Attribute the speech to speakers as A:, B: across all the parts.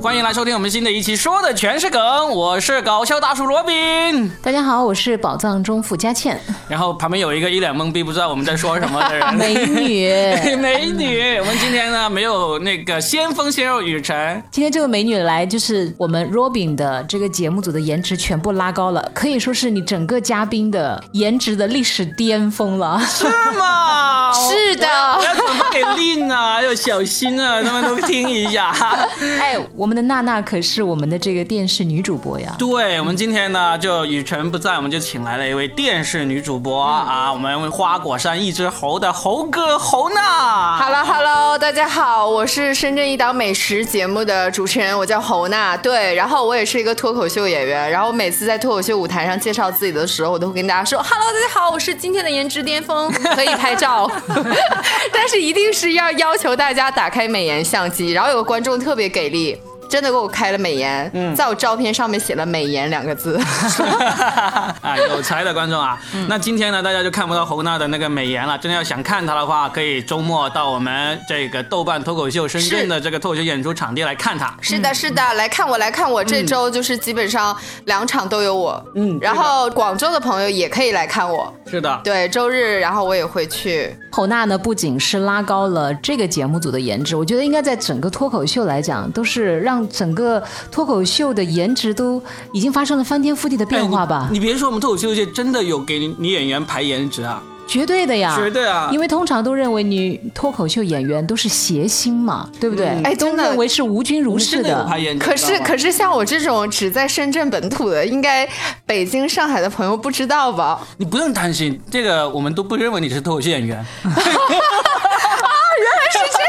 A: 欢迎来收听我们新的一期，说的全是梗，我是搞笑大叔罗宾。
B: 大家好，我是宝藏中富 佳倩，
A: 然后旁边有一个一脸懵逼，不知道我们在说什么的人。
B: 美女。
A: 美女，我们今天呢没有那个先锋鲜肉雨辰，
B: 今天这位美女来，就是我们 Robin 的这个节目组的颜值全部拉高了，可以说是你整个嘉宾的颜值的历史巅峰了。
A: 是吗？
B: 是的
A: 我要转发给令啊，还有小新啊，他们都听一下。
B: 哎，我们的娜娜可是我们的这个电视女主播呀。
A: 对我们今天呢，就雨辰不在，我们就请来了一位电视女主播、啊，我们花果山一只猴的猴哥猴娜。
C: h e l l o h e l l o 大家好，我是深圳一岛美食节目的主持人，我叫侯娜。对，然后我也是一个脱口秀演员，然后每次在脱口秀舞台上介绍自己的时候，我都会跟大家说：“Hello，大家好，我是今天的颜值巅峰， 可以拍照。”但是一定是要要求大家打开美颜相机。然后有个观众特别给力。真的给我开了美颜，
B: 嗯
C: 在我照片上面写了“美颜”两个字。
A: 啊，有才的观众啊！那今天呢，大家就看不到侯娜的那个美颜了。真的要想看她的话，可以周末到我们这个豆瓣脱口秀深圳的这个脱口秀演出场地来看她。
C: 是的，是的，来看我，来看我，这周就是基本上两场都有我，嗯，然后广州的朋友也可以来看我，
A: 是的，
C: 对，周日然后我也会去，
B: 侯娜呢，不仅是拉高了这个节目组的颜值，我觉得应该在整个脱口秀来讲，都是让整个脱口秀的颜值都已经发生了翻天覆地的变化吧，
A: 哎你别说，我们脱口秀界真的有给女演员排颜值啊，
B: 绝对的呀，
A: 绝对啊！
B: 因为通常都认为女脱口秀演员都是谐星嘛，对不对？
C: 哎
B: 都
C: 真的
B: 认为是无菌
A: 我
B: 如
A: 们
B: 是
A: 真的有
B: 的
A: 排。颜值，
C: 可是可
A: 是
C: 是像我这种只在深圳本土的，应该北京、上海的朋友不知道吧？
A: 你不用担心，这个我们都不认为你是脱口秀演员。
C: 是这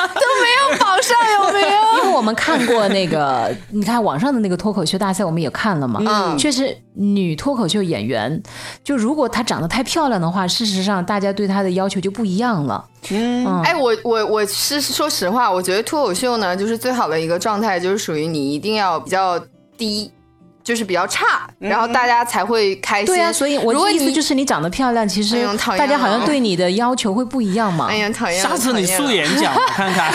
C: 样，都没有榜上有没 有？
B: 因为我们看过那个， 你看网上的那个脱口秀大赛，我们也看了嘛。
C: 嗯
B: 确实，女脱口秀演员，就如果她长得太漂亮的话，事实上大家对她的要求就不一样了。嗯，
C: 哎，我我我是说实话，我觉得脱口秀呢，就是最好的一个状态，就是属于你一定要比较低，就是比较差，然后大家才会开心。
B: 对啊呀、所以我
C: 如
B: 的
C: 果
B: 意思
C: 你
B: 就是，你长得漂亮，其
C: 哎
B: 实
C: 呦讨厌
B: 大家好像
C: 了
B: 对你的要求会不一样嘛。
C: 哎呀，讨厌了！
A: 下次
C: 讨
A: 你
C: 厌
A: 素
C: 了，
A: 颜讲，我看看。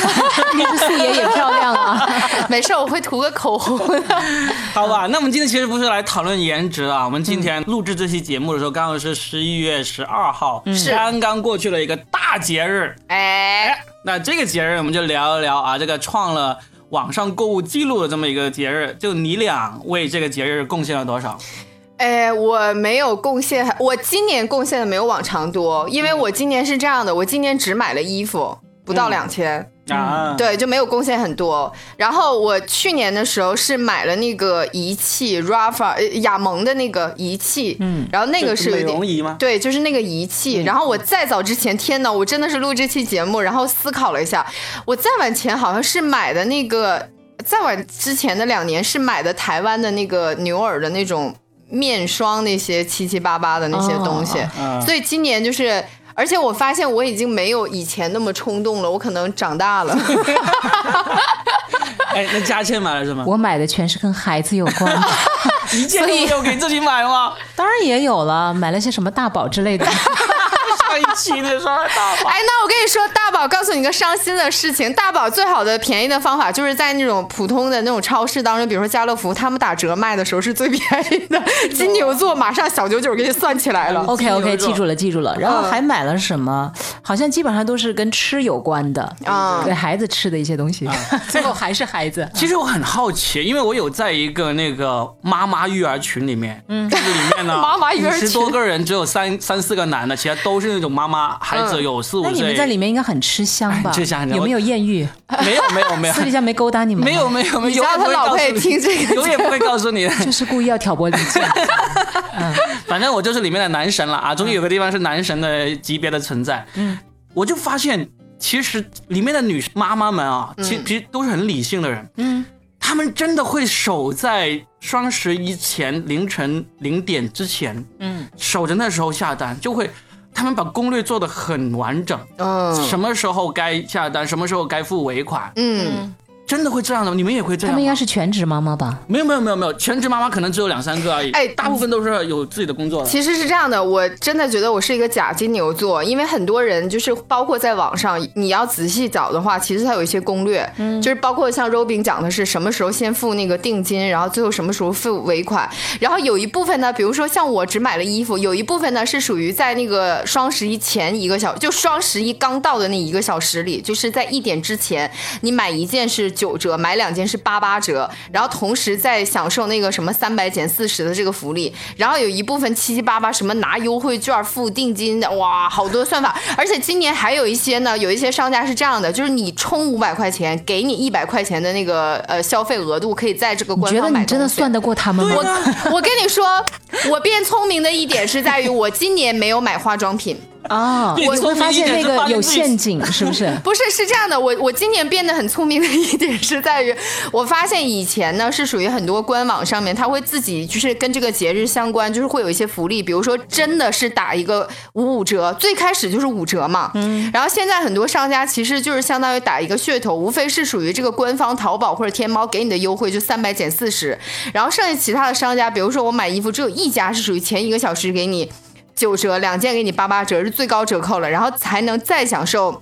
B: 那个素颜 也漂亮啊。
C: 没事，我会涂个口红 的。
A: 好吧，那我们今天其实不是来讨论颜值啊，我们今天录制这期节目的时候，刚好是十一月十二号，
C: 是
A: 刚刚过去了一个大节日。
C: 哎，
A: 那这个节日我们就聊一聊啊，这个创了网上购物记录的这么一个节日，就你俩为这个节日贡献了多少？
C: 哎，我没有贡献，我今年贡献的没有往常多，因为我今年是这样的，我今年只买了衣服，不到两千、
A: 啊，
C: 嗯对，就没有贡献很多。然后我去年的时候是买了那个仪器 Rafa 呃雅萌的那个仪器，嗯，然后那个是有
A: 美
C: 一点
A: 容。仪吗？
C: 对，就是那个仪器。
B: 嗯
C: 然后我再早之前，天呐，我真的是录这期节目，然后思考了一下，我再往前好像是买的那个，再往之前的两年是买的台湾的那个牛耳的那种面霜，那些七七八八的那些东西。
B: 哦
A: 嗯
C: 所以今年就是，而且我发现我已经没有以前那么冲动了，我可能长大了。
A: 哎，那佳倩买了 什么？
B: 我买的全是跟孩子有关的，
A: 一件都没有给自己买 吗？
B: 当然也有了，买了些什么大宝之 类的。
A: 上一期的时候大吧。
C: 哎，那我跟你说，大宝告诉你个伤心的事情，大宝最好的便宜的方法就是在那种普通的那种超市当中，比如说家乐福，他们打折卖的时候是最便宜的。金牛座马上小九九给你算起来了。
B: OK
A: 有
B: OK，
A: 一种
B: 记住了记住了。然后还买了什么？好像基本上都是跟吃有关的
A: 嗯
C: 啊
B: 给孩子吃的一些东西。 最后还是 孩子。
A: 其实我很好奇，因为我有在一个那个妈妈育儿群里面，嗯，这个里面呢，
C: 妈妈育儿群
A: 十多个人，只有三三四个男的，其他都是那种妈妈，孩子有四五
B: 那
A: 岁。
B: 你们在里面应该很吃香吧
A: 哎？吃香然后
B: 有没有艳遇？
A: 没有没有没有
B: 私底下没勾搭你们？
A: 没有，没有没有，
C: 你家他老婆也
A: 配
C: 听这个
A: 永远不会告诉你的。
B: 就是故意要挑 拨离间。
A: 啊反正我就是里面的男神了啊，终于有个地方是男神的级别的存在。嗯，我就发现其实里面的女妈妈们啊，其其实都是很理性的人。嗯，她们真的会守在双十一前凌晨零点之前，嗯，守着那时候下单，就会她们把攻略做得很完整，
C: 嗯
A: 什么时候该下单，什么时候该付尾款，
C: 嗯，
A: 真的会这样的，你们也会这
B: 他
A: 样
B: 们应
A: 吗？
B: 该是全职妈妈吧？
A: 没有没有没有没有，全职妈妈可能只有两三个而已，
C: 哎
A: 大部分都是有自己的工作的。
C: 其实是这样的，我真的觉得我是一个假金牛座，因为很多人就是包括在网上，你要仔细找的话，其实它有一些攻略，就是包括像 Robin 讲的是什么时候先付那个定金，然后最后什么时候付尾款，然后有一部分呢，比如说像我只买了衣服，有一部分呢是属于在那个双十一前一个小，就双十一刚到的那一个小时里，就是在一点之前，你买一件是九折，买两件是八八折，然后同时在享受那个什么三百减四十的这个福利，然后有一部分七七八八什么拿优惠券付定金的，哇，好多算法，而且今年还有一些呢，有一些商家是这样的，就是你充五百块钱，给你一百块钱的那个呃消费额度，可以在这个
B: 你
C: 官
B: 觉得
C: 方
B: 你
C: 买
B: 真的
C: 东西
B: 算得过他们吗？
A: 啊
C: 我我跟你说，我变聪明的一点是在于，我今年没有买化妆品。
B: 啊，
A: 对
B: 你会发现那
A: 聪明一点是发
B: 个
A: 现
B: 有
A: 自己
B: 陷阱，是不是？
C: 不是，是这样的，我我今年变得很聪明的一点是在于，我发现以前呢是属于很多官网上面，它会自己就是跟这个节日相关，就是会有一些福利，比如说真的是打一个五五折，最开始就是五折嘛，嗯，然后现在很多商家其实就是相当于打一个噱头，无非是属于这个官方淘宝或者天猫给你的优惠就三百减四十，然后剩下其他的商家，比如说我买衣服，只有一家是属于前一个小时给你。九折，两件给你八八折是最高折扣了，然后才能再享受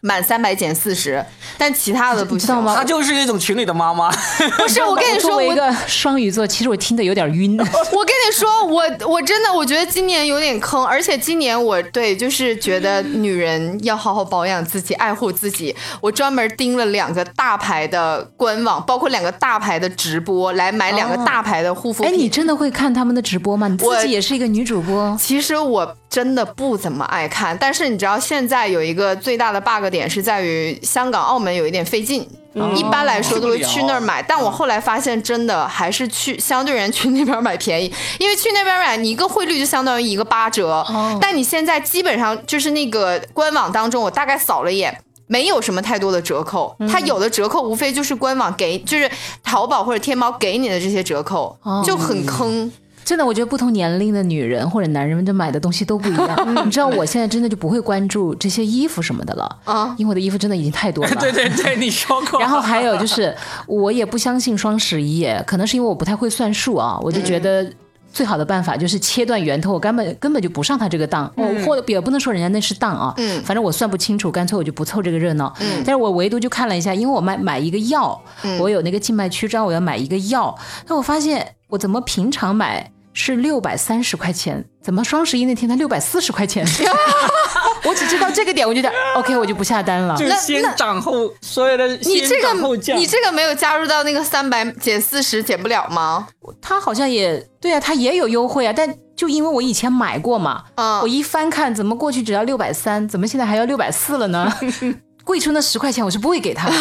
C: 满三百减四十，但其他的不
B: 你知道
C: 行啊
B: 吗
A: 她就是一种群里的妈妈，
C: 不是，我跟你说，
B: 作
C: 我
B: 为一个双鱼座，其实我听得有点晕。
C: 我跟你说，我我真的我觉得今年有点坑，而且今年我对就是觉得女人要好好保养自己，爱护自己。我专门盯了两个大牌的官网，包括两个大牌的直播，来买两个大牌的护肤
B: 哎，
C: 品。
B: 你真的会看他们的直播吗？你自
C: 我
B: 己也是一个女主播，
C: 其实我真的不怎么爱看，但是你知道现在有一个最大的 bug 点是在于香港、澳门有一点费劲。一般来说都会去那儿买，但我后来发现，真的还是去相对人去那边买便宜，因为去那边买你一个汇率就相当于一个八折，但你现在基本上就是那个官网当中，我大概扫了一眼。没有什么太多的折扣，它有的折扣无非就是官网给，就是淘宝或者天猫给你的这些折扣，就很坑。
B: 真的，我觉得不同年龄的女人或者男人们就买的东西都不一 样。
C: 嗯
B: 你知道，我现在真的就不会关注这些衣服什么的了，
C: 啊
B: 因为我的衣服真的已经太多了。
A: 对对对，你说过。
B: 然后还有 就是，我也不相信双十一，可能是因为我不太会算数啊，我就觉得。最好的办法就是切断源头，我根本根本就不上他这个当，我、或者也不能说人家那是当啊，
C: 嗯
B: 反正我算不清楚，干脆我就不凑这个热闹。但是我唯独就看了一下，因为我买买一个药，我有那个静脉曲张，我要买一个药，那我发现我怎么平常买是六百三十块钱，怎么双十一那天它六百四十块钱？ 我只知道这个点，我就觉得 OK，我就不下单了。
A: 就先涨后所有的
C: 你
A: 先
C: 这
A: 涨后
C: 个
A: 降，
C: 你这个没有加入到那个三百减四十减不了
A: 哎
C: 吗？
B: 他好像也对啊，他也有优惠啊，但就因为我以前买过嘛，
C: 嗯
B: 我一翻看怎么过去只要六百三，怎么现在还要六百四了 呢？贵出那十块钱我是不会给他的，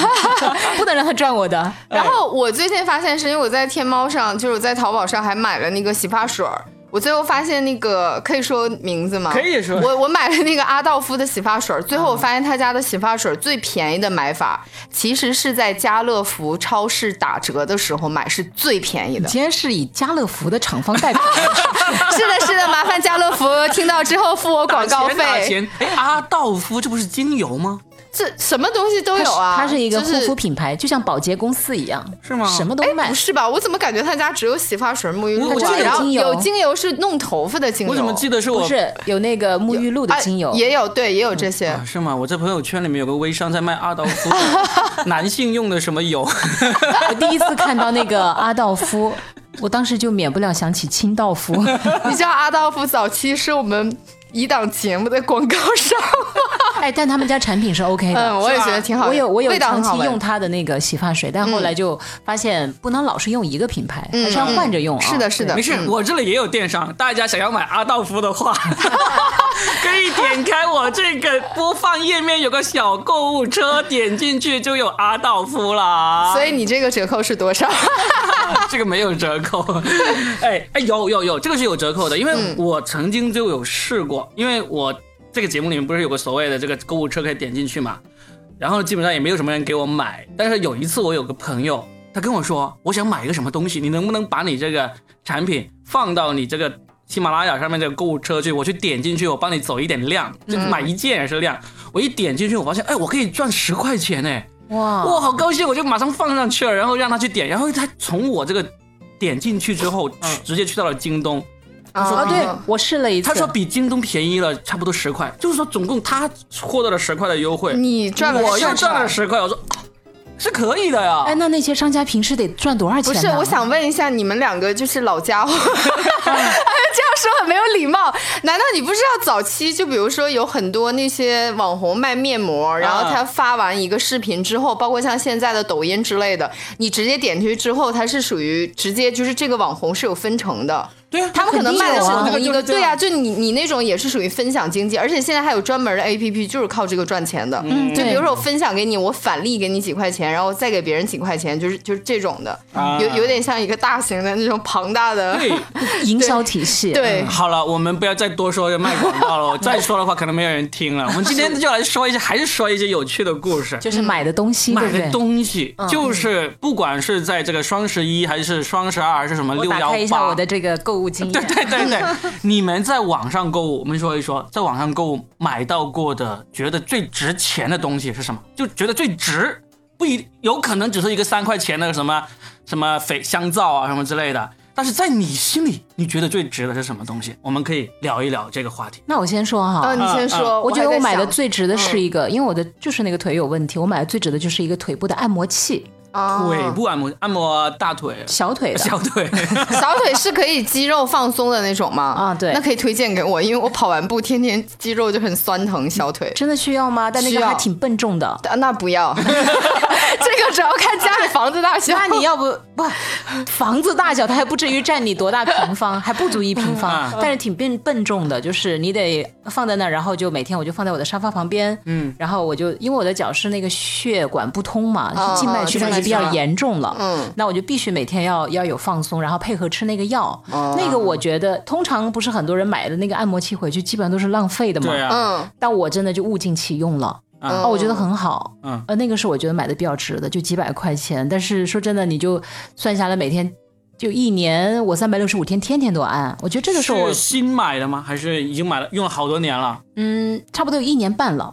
B: 不能让他赚我的。
C: 然后我最近发现是因为我在天猫上，就是我在淘宝上还买了那个洗发水儿。我最后发现那个可以说名字吗？
A: 可以说嗯
C: 我我买了那个阿道夫的洗发水儿，最后我发现他家的洗发水儿最便宜的买法，其实是在家乐福超市打折的时候买，是最 便宜的。
B: 今天是以家乐福的厂方代 表，
C: 是的，是的，麻烦家乐福听到之后付我
A: 打
C: 广告
A: 钱打
C: 费。
A: 钱。哎，阿道夫这不是精油吗？
C: 这什么东西都
B: 它
C: 有
B: 是
C: 啊，
B: 它是一个
C: 就
B: 护肤品牌，就像保洁公司一样，
A: 是吗
B: 什么都卖
C: 哎不。是吧？我怎么感觉他家只有洗发水、沐浴露
A: 我我记
C: 啊？
A: 得有
C: 然后
B: 精油
C: 有精油是弄头发的精油，
A: 我怎么记得是
B: 不
A: 我？
B: 是有那个沐浴露的精油
C: 啊、，也有，对，也有这些。
A: 啊，是吗？我在朋友圈里面有个微商在卖阿道夫男性用的什么油，
B: 我第 一次看到那个阿道夫，我当时就免不了想起清道 夫。
C: 你知道阿道夫早期是我们一档节目的广告商，
B: 哎，但他们家产品是 OK 的，
C: 嗯，我也觉得挺好的。
B: 我有我有
C: 味道
B: 长
C: 很好
B: 期
C: 闻嗯
B: 用它的那个洗发水，但后来就发现不能老是用一个品牌，还是要换着用啊。
C: 是的，是的，嗯
A: 没事，我这里也有电商，大家想要买阿道夫的话，可以点开我这个播放页面有个小购物车，点进去就有阿道夫啦。
C: 所以你这个折扣是多少？
A: 这个没有折扣，哎哎，有有有，这个是有折扣的，因为我曾经就有试过，因为我这个节目里面不是有个所谓的这个购物车可以点进去嘛，然后基本上也没有什么人给我买，但是有一次我有个朋友，他跟我说我想买一个什么东西，你能不能把你这个产品放到你这个喜马拉雅上面这个购物车去，我去点进去，我帮你走一点量，就买一件也是量，我一点进去，我发现哎，我可以赚十块钱哎。
B: 哇
A: 哇，好高兴，我就马上放上去了，然后让他去点，然后他从我这个点进去之后，直接去到了京东，
B: 啊！对
C: 哦
B: 我试了一次，
A: 他说比京东便宜了差不多十块，就是说总共他获得了十块的优惠，
C: 你赚了
A: 我
C: 10
A: 又赚了十块，我说、啊是可以的呀。
B: 哎，那那些商家平时得赚多少钱
C: 不
B: 呢？
C: 是，我想问一下，你们两个就是老 家伙，这样说很没有礼貌。难道你不知道早期就比如说有很多那些网红卖面膜，然后他发完一个视频之后，包括像现在的抖音之类的，你直接点进去之后，它是属于直接就是这个网红是有分成的。
A: 对啊，
C: 他们可能卖的是
B: 肯定有啊
C: 同一
A: 这个就是这
C: 个，
A: 样
C: 对呀、就你你那种也是属于分享经济，而且现在还有专门的 A P P，就是靠这个赚钱的。嗯就比如说我分享给你，我返利给你几块钱，然后再给别人几块钱，就是就是这种的，
A: 啊
C: 有有点像一个大型的那种庞大的，
A: 对，嗯
B: 营销体系，
C: 对
A: 好了，我们不要再多说这卖广告了，我再说的话可能没有人听了。我们今天就来说一些，还是说一些有趣的故事。
B: 就是买的东西，对
A: 买
B: 不对
A: 的？东西就是不管是在这个双十一还是双十二还是什么
B: 我
A: 六
B: 打
A: 幺
B: 开一下
A: 八
B: 我，的这个购物 经
A: 对
B: 验，
A: 对对对，你们在网上购物，我们说一说，在网上购物买到过的觉得最值钱的东西是什么？就觉得最值，不一有可能只是一个三块钱的什么什么肥香皂啊什么之类的，但是在你心里，你觉得最值的是什么东西？我们可以聊一聊这个话题。
B: 那我先说哈，
C: 啊，你先
A: 嗯
C: 说，
B: 我觉
C: 还
B: 得
C: 在
B: 我买的
C: 想嗯
B: 最值的是一个，因为我的就是那个腿有问题，我买的最值的就是一个腿部的按摩器，哦
C: 啊
A: 腿部按摩，按摩大腿、
B: 小腿的。
A: 小 腿。
C: 小腿是可以肌肉放松的那种吗？
B: 啊对
C: 那可以推荐给我，因为我跑完步天天肌肉就很酸疼，小腿。
B: 真的需要吗？但那
C: 需
B: 个
C: 要
B: 还挺笨重的。
C: 啊那不要， 这个主要看家里房子大 小。
B: 那你要不不，房子大小它还不至于占你多大平方，还不足一平
A: 嗯
B: 方，但是挺笨笨重的，就是你得放在那儿，然后就每天我就放在我的沙发旁边，嗯，然后我就因为我的脚是那个血管不通嘛，
C: 啊
B: 是静脉曲张已经比
C: 静脉
B: 较
C: 曲张
B: 严重了，
C: 嗯，
B: 那我就必须每天要要有放松，然后配合吃那个药，
C: 哦
B: 那个我觉得通常不是很多人买的那个按摩器回去基本上都是浪费的嘛，
A: 对啊，
C: 嗯，
B: 但我真的就物尽其用了。
C: 啊
A: 嗯
B: 哦，我觉得很好，
A: 嗯
B: 呃，那个是我觉得买的比较值的，就几百块钱。但是说真的，你就算下来每天就一年，我三百六十五天天天都按，我觉得这个是我
A: 是新买的吗？还是已经买了，用了好多年了？
B: 嗯，差不多有一年半了。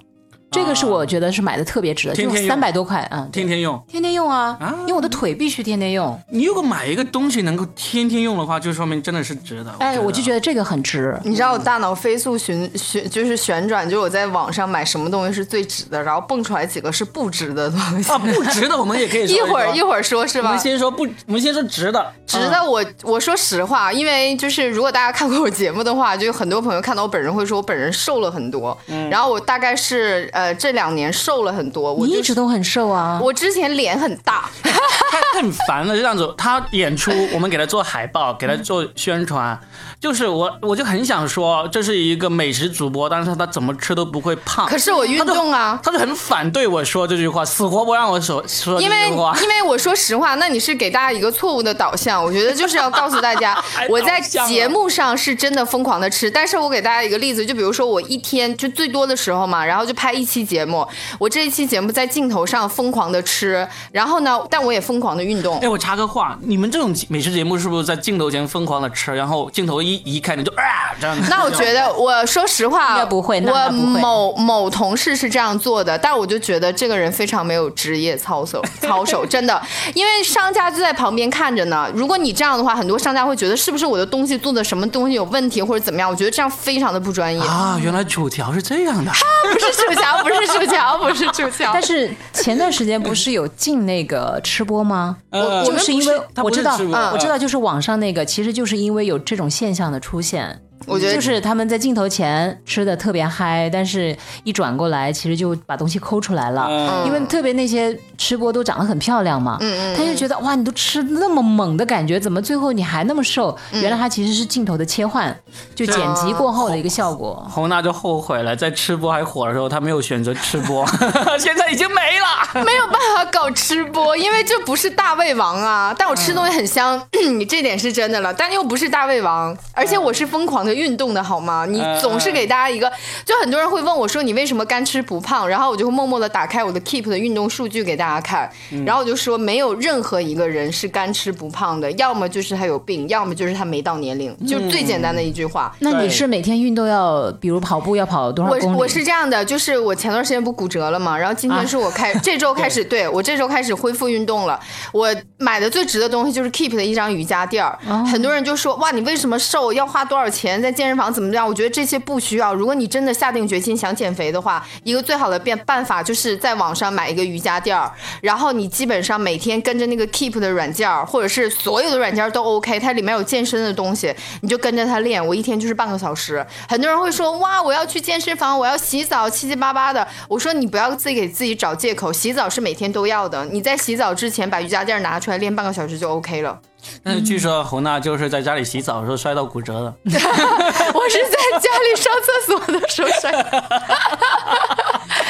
B: 这个是我觉得是买的特别值的，
A: 啊天天
B: 就
A: 用
B: 三百多块啊，嗯对
A: 天天用。
B: 天天用啊，
A: 啊
B: 因为我的腿必须天天用。
A: 你如果买一个东西能够天天用的话，就说明真的是值的。
B: 哎，我就觉
A: 得
B: 得这个很值。
C: 你知道我大脑飞速旋旋就是旋转，就我在网上买什么东西是最值的，然后蹦出来几个是不值的东西。
A: 啊，不值的我们也可以说
C: 哦一会儿一
A: 儿
C: 会儿说是
A: 我
C: 吧嗯
A: 们？先说不，我们先说值的，嗯
C: 值得我我说实话，因为就是如果大家看过我节目的话，就有很多朋友看到我本人会说我本人瘦了很多，然后我大概是呃这两年瘦了很多，我
B: 你
C: 就
B: 一直都很瘦啊，
C: 我之前脸很大，
A: 太 太烦了，这样子。他演出，我们给他做海报，给
C: 嗯
A: 他做宣传，就是我我就很想说，这是一个美食主播，但是他怎么吃都不会胖。
C: 可是我运动啊。
A: 他就很反对我说这句话，死活不让我说说这
C: 因为
A: 句话。
C: 因为我说实话，那你是给大家一个错误的导向。我觉得就是要告诉大家
A: 还，
C: 我在
A: 导向了
C: 节目上是真的疯狂的吃，但是我给大家一个例子，就比如说我一天就最多的时候嘛，然后就拍一期节目，我这一期节目在镜头上疯狂的吃，然后呢，但我也疯狂的运动
A: 哎，。我插个话，你们这种美食节目是不是在镜头前疯狂的吃，然后镜头一移开你就啊这样子？
C: 那我觉得，我说实
B: 应
C: 话，
B: 该不会那
C: 我
B: 那不会
C: 某某同事是这样做的，但我就觉得这个人非常没有职业 操守，操守真的，因为商家就在旁边看着呢。如果你这样的话，很多商家会觉得是不是我的东西做的什么东西有问题或者怎么样？我觉得这样非常的不 专业。
A: 啊，原来薯条是这样的。
C: 不是楚乔，不是楚乔，不是啊楚乔
B: 但。是前段时间不是有进那个吃播吗？
A: 呃
C: 我啊
B: 就
C: 们
B: 是
A: 不
B: 因
A: 是
B: 为
A: 他
B: 我
A: 不是
B: 知道
A: 直播嗯，
B: 我知道，就是网上那个，其实就是因为有这种现象的出现。
C: 我觉得
B: 就是他们在镜头前吃的特别嗨，但是一转过来，其实就把东西抠出来了。
A: 嗯
B: 因为特别那些吃播都长得很漂亮嘛，
C: 嗯
B: 他就觉得哇，你都吃那么猛的感觉，怎么最后你还那么瘦？
C: 嗯
B: 原来他其实是镜头的切换，就剪辑过后的一个效果。
A: 红娜就后悔了，在吃播还火的时候，她没有选择吃播， 现在已经没了。
C: 没有办法搞吃播，因为这不是大胃 王啊！但我吃东西很香，你这点是真的了，但又不是大胃王，而且我是疯狂个运动的好吗？你总是给大家一个，就很多人会问我说你为什么干吃不胖，然后我就会默默的打开我的 Keep 的运动数据给大家看，然后我就说没有任何一个人是干吃不胖的，要么就是他有病，要么就是他没到年龄，就最简单的一句话。
B: 那你
A: 对
B: 是每天运动要，比如跑步要跑多少
C: 我
B: 公里？
C: 我是这样的，就是我前段时间不骨折了嘛，然后今天是我开、这周开始，对我这周开始恢复运动了。我买的最值的东西就是 Keep 的一张瑜伽垫儿、很多人就说哇，你为什么瘦？要花多少钱？在健身房怎么样？我觉得这些不需要。如果你真的下定决心想减肥的话，一个最好的变办法就是在网上买一个瑜伽垫儿，然后你基本上每天跟着那个 Keep 的软件儿，或者是所有的软件儿都 OK，它里面有健身的东西，你就跟着它练。我一天就是半个小时。很多人会说哇，我要去健身房，我要洗澡，七七八八的。我说你不要自己给自己找借口，洗澡是每天都要的。你在洗澡之前把瑜伽垫儿拿出来练半个小时就 OK 了。
A: 但是据说侯娜就是在家里洗澡的时候摔到骨折了。
C: 我是在家里上厕所的时候摔的。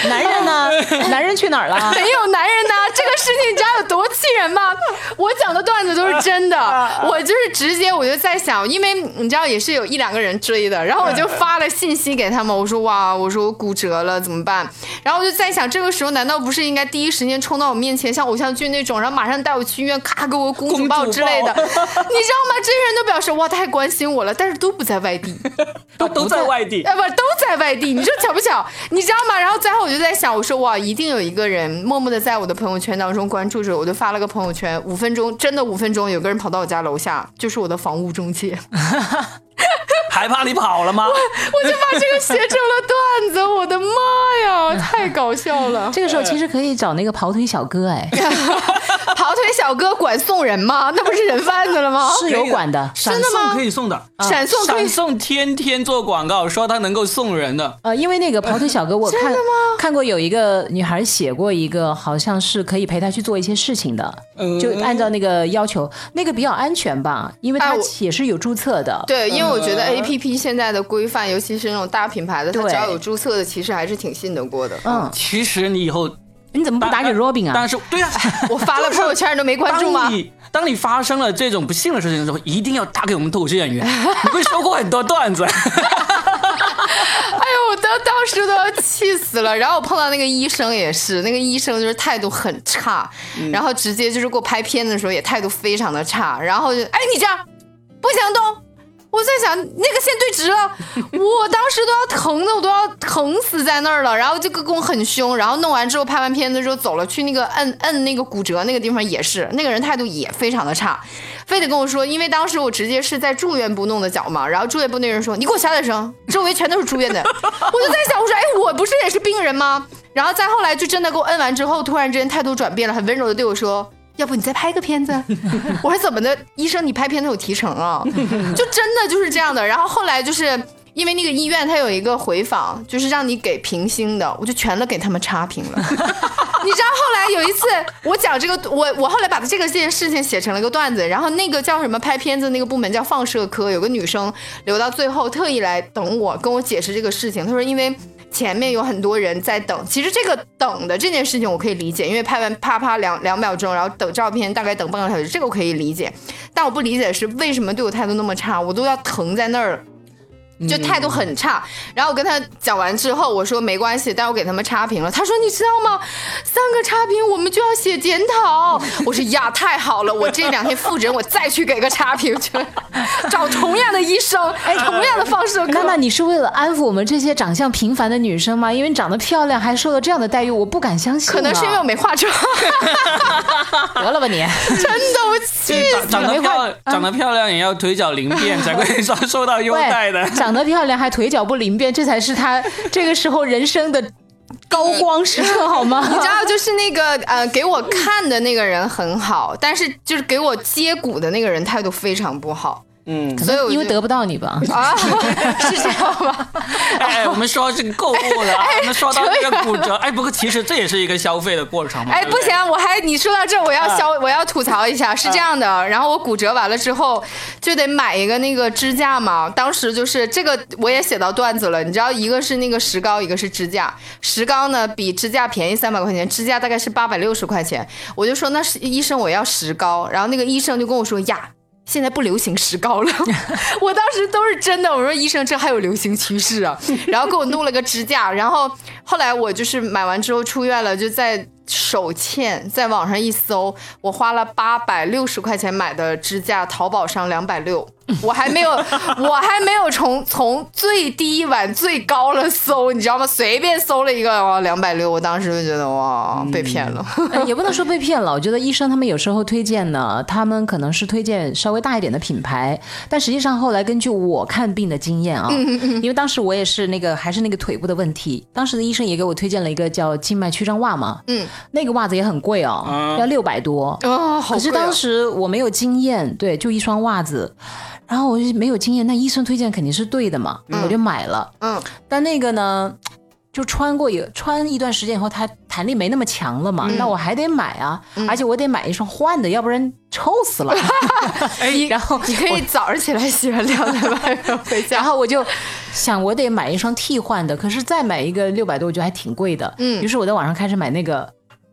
B: 男人 呢？男人去哪儿了？
C: 没有男人 呐、这个事情你知道有多气人吗？我讲的段子都是真的，我就是直接我就在想，因为你知道也是有一两个人追的，然后我就发了信息给他们，我说哇，我说我骨折了怎么办？然后我就在想，这个时候难道不是应该第一时间冲到我面前，像偶像剧那种，然后马上带我去医院，咔给我公主抱之类的？你
A: 公
C: 知道吗？这些人都表示哇太关心我了，但是都不在外地。
A: 都都在外地，
C: 哎，不都在外地，你说巧不巧？你知道吗？然后最后我就在想，我说哇，一定有一个人默默的在我的朋友圈当中关注着，我就发了个朋友圈，五分钟，真的五分钟，有个人跑到我家楼下，就是我的房屋中介，
A: 还怕你跑了吗？
C: 我就把这个写成了段子，我的妈呀，太搞笑了！
B: 这个时候其实可以找那个跑腿小哥，哎，
C: 跑腿小哥管送人吗？那不是人贩子了吗？
B: 是啊有管的。
A: 闪
C: 的吗
A: 送可以送的，
C: 闪送可以
A: 闪送天天做广告，说他能够送人的。
B: 呃，因为那个跑腿小哥，我看看过有一个女孩写过一个，好像是可以陪他去做一些事情的，就按照那个要求，那个比较安全吧，因为
C: 哎
B: 他
C: 我
B: 也是有注册的。
C: 对，因为我觉得
A: 呃
C: A P P 现在的规范，尤其是那种大品牌的，它
B: 嗯对
C: 只要有注册的，其实还是挺信得过的。
B: 嗯，
A: 其实你以后
B: 你怎么不打给 Robin 啊
A: 但？是对呀、啊，
C: 我发了朋友圈，你都没关注吗
A: 当？你当你发生了这种不幸的事情的时候，一定要打给我们脱口秀演员，你会收获很多段子。
C: 哎呦，我当当时都要气死了。然后我碰到那个医生也是，那个医生就是态度很差，然后直接就是给我拍片子的时候也态度非常的差，然后就哎你这样不想动。我在想那个线对直了，我当时都要疼的，我都要疼死在那儿了。然后这个跟我很凶，然后弄完之后拍完片子之后走了，去那个摁摁那个骨折那个地方也是，那个人态度也非常的差，非得跟我说，因为当时我直接是在住院部弄的脚嘛，然后住院部那人说你给我小点声，周围全都是住院的，我就在想我说哎我不是也是病人吗？然后再后来就真的给我摁完之后，突然之间态度转变了，很温柔的对我说。要不你再拍个片子？我说怎么的？医生，你拍片子有提成啊？就真的就是这样的。然后后来就是因为那个医院它有一个回访，就是让你给评星的，我就全都给他们差评了。 你知道后来有一次我讲这个，我我后来把这个这件事情写成了一个段子，然后那个叫什么拍片子那个部门叫放射科，有个女生留到最后特意来等我，跟我解释这个事情。她说因为。前面有很多人在等，其实这个等的这件事情我可以理解，因为拍完啪啪两两秒钟，然后等照片大概等半个小时，这个我可以理解。但我不理解是为什么对我态度那么差，我都要疼在那儿了。就态
A: 嗯
C: 度很差，然后我跟他讲完之后，我说没关系，但我给他们差评了。他说你知道吗？三个差评我们就要写检讨。我说呀，太好了，我这两天复诊，我再去给个差 评去，找同样的医生，哎，同样的 放射科。
B: 娜娜，你是为了安抚我们这些长相平凡的女生吗？因为你长得漂亮还受到这样的待遇，我不敢相信啊。
C: 可能是因 为我没化妆，
B: 得了吧你，
C: 真的我气
A: 长长得
B: 没
A: 漂
B: 话
A: 亮，长得漂亮也要腿脚灵便才会 受受到优待的
B: 对，。长得漂亮还腿脚不灵便，这才是她这个时候人生的高光时刻，好吗？
C: 你知道，就是那个呃，给我看的那个人很好，但是就是给我接骨的那个人态度非常不好，
A: 嗯，
C: 所以我就
B: 因为得不到你 吧。
C: 啊，是这样吗？
A: 哎，我们说这个购物的啊，
B: 哎
A: 我们说到这个骨折，哎，不过其实这也是一个消费的过程嘛。
C: 哎，
A: 对
C: 不
A: 对
C: 行，我还你说到这，我要消，我要吐槽一下，是这样的，然后我骨折完了之后，就得买一个那个支架嘛。当时就是这个，我也写到段子了，你知道，一个是那个石膏，一个是支架。石膏呢比支架便宜三百块钱，支架大概是八百六十块钱。我就说那是医生我要石膏，然后那个医生就跟我说呀。现在不流行石膏 了，我当时都是真的。我说医生，这还有流行趋势 啊！然后给我弄了个支架，然后后来我就是买完之后出院了，就在手欠，在网上一搜，我花了八百六十块钱买的支架，淘宝上两百六，我还没有， 我还没有从从最低往最高了搜，你知道吗？随便搜了一个两百六，我当时就觉得哇，被骗了。
B: 呃也不能说被骗了，我觉得医生他们有时候推荐呢，他们可能是推荐稍微大一点的品牌，但实际上后来根据我看病的经验啊，
C: 嗯
B: 因为当时我也是那个还是那个腿部的问题，当时的医生也给我推荐了一个叫静脉曲张袜嘛，
C: 嗯，
B: 那个袜子也很贵哦，要六百多，
C: 哦，好
B: 可是
C: 贵啊
B: 当时我没有经验，对，就一双袜子，然后我就没有经验，那医生推荐肯定是对的嘛，我就买了。
C: 嗯
B: 但那个呢，就穿过有穿一段时间以后，它弹力没那么强了
C: 嗯
B: 嘛，那我还得买啊，而且我得买一双换的，要不然臭死了。
C: 哎
B: 然后
C: 你可以早上起来洗完凉在外面回家，
B: 然后我就想，我得买一双替换的，可是再买一个六百多，我觉得还挺贵的。
C: 嗯
B: 于是我在网上开始买那个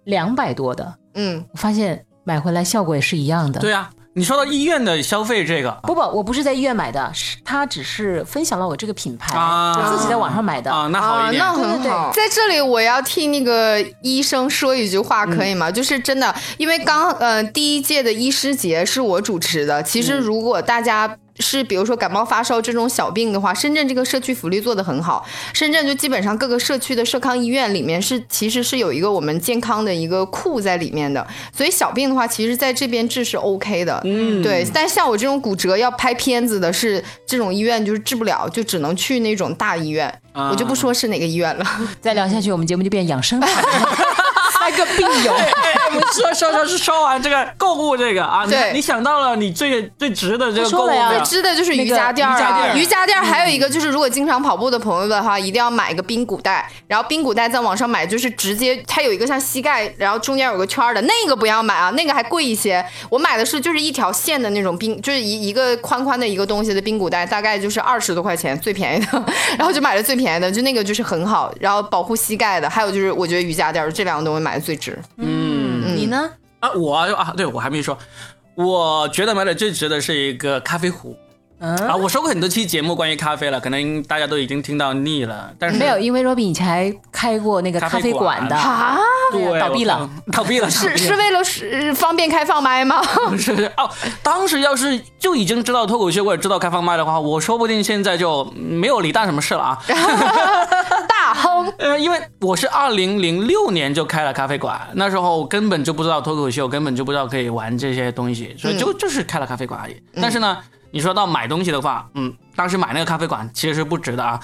B: 两百多的，
C: 嗯
B: 我发现买回来效果也是一样的。
A: 对啊，你说到医院的消费这个
B: 不不，我不是在医院买的，是他只是分享了我这个品牌，
A: 啊
B: 我自己在网上买的。
A: 啊，那好一点。
C: 啊、那
B: 对对
C: 很
B: 对
C: 好。在这里，我要替那个医生说一句话，可以吗？就是真的，因为刚呃第一届的医师节是我主持的，其实如果大家。是，比如说感冒发烧这种小病的话，深圳这个社区福利做得很好。深圳就基本上各个社区的社康医院里面是，其实是有一个我们健康的一个库在里面的，所以小病的话，其实在这边治是 OK 的。嗯，对。但像我这种骨折要拍片子的是，这种医院就是治不了，就只能去那种大医院。
A: 啊
C: 我就不说是哪个医院了。
B: 再聊下去，我们节目就变养生台 了，三个病友。
A: 哎我们说说说说完这个购物这个啊，
C: 对
A: 你你想到了你最最值的这个
B: 他说
A: 购物
B: 了呀
A: 的
B: 最
C: 知的就是瑜伽垫儿、
A: 啊那
C: 啊，
A: 个瑜伽垫儿嗯
C: 瑜伽垫儿还有一个就是，如果经常跑步的朋友的话，一定要买一个髌骨带，然后髌骨带在网上买，就是直接它有一个像膝盖，然后中间有个圈儿的那个不要买啊，那个还贵一些。我买的是就是一条线的那种髌，就是一一个宽宽的一个东西的髌骨带，大概就是二十多块钱最便宜的，然后就买了最便宜的，就那个就是很好，然后保护膝盖的，还有就是我觉得瑜伽垫儿这两个东西买的最值。
B: 嗯，你呢？
A: 啊，我啊，对我还没说，我觉得买的最值的是一个咖啡壶。啊，
B: 嗯，
A: 我说过很多期节目关于咖啡了，可能大家都已经听到腻了，但是
B: 没有，因为 Robin 以前还开过那个咖
A: 咖
B: 啡
A: 啡
B: 馆
A: 馆
B: 的，
C: 啊，
A: 对
B: 对啊倒闭了，
A: 我倒闭了，
C: 是是
A: 倒
C: 为了是方便开放麦吗？
A: 闭了 是是哦。当时要是就已经知道脱口秀或者知道开放麦的话，我说不定现在就没有李诞什么事了啊。
C: 大亨，
A: 呃，因为我是二零零六年就开了咖啡馆，那时候根本就不知道脱口秀，根本就不知道可以玩这些东西，
C: 嗯
A: 所以就、就是开了咖啡馆而已。但是呢，你说到买东西的话，嗯，当时买那个咖啡馆其实是不值的啊，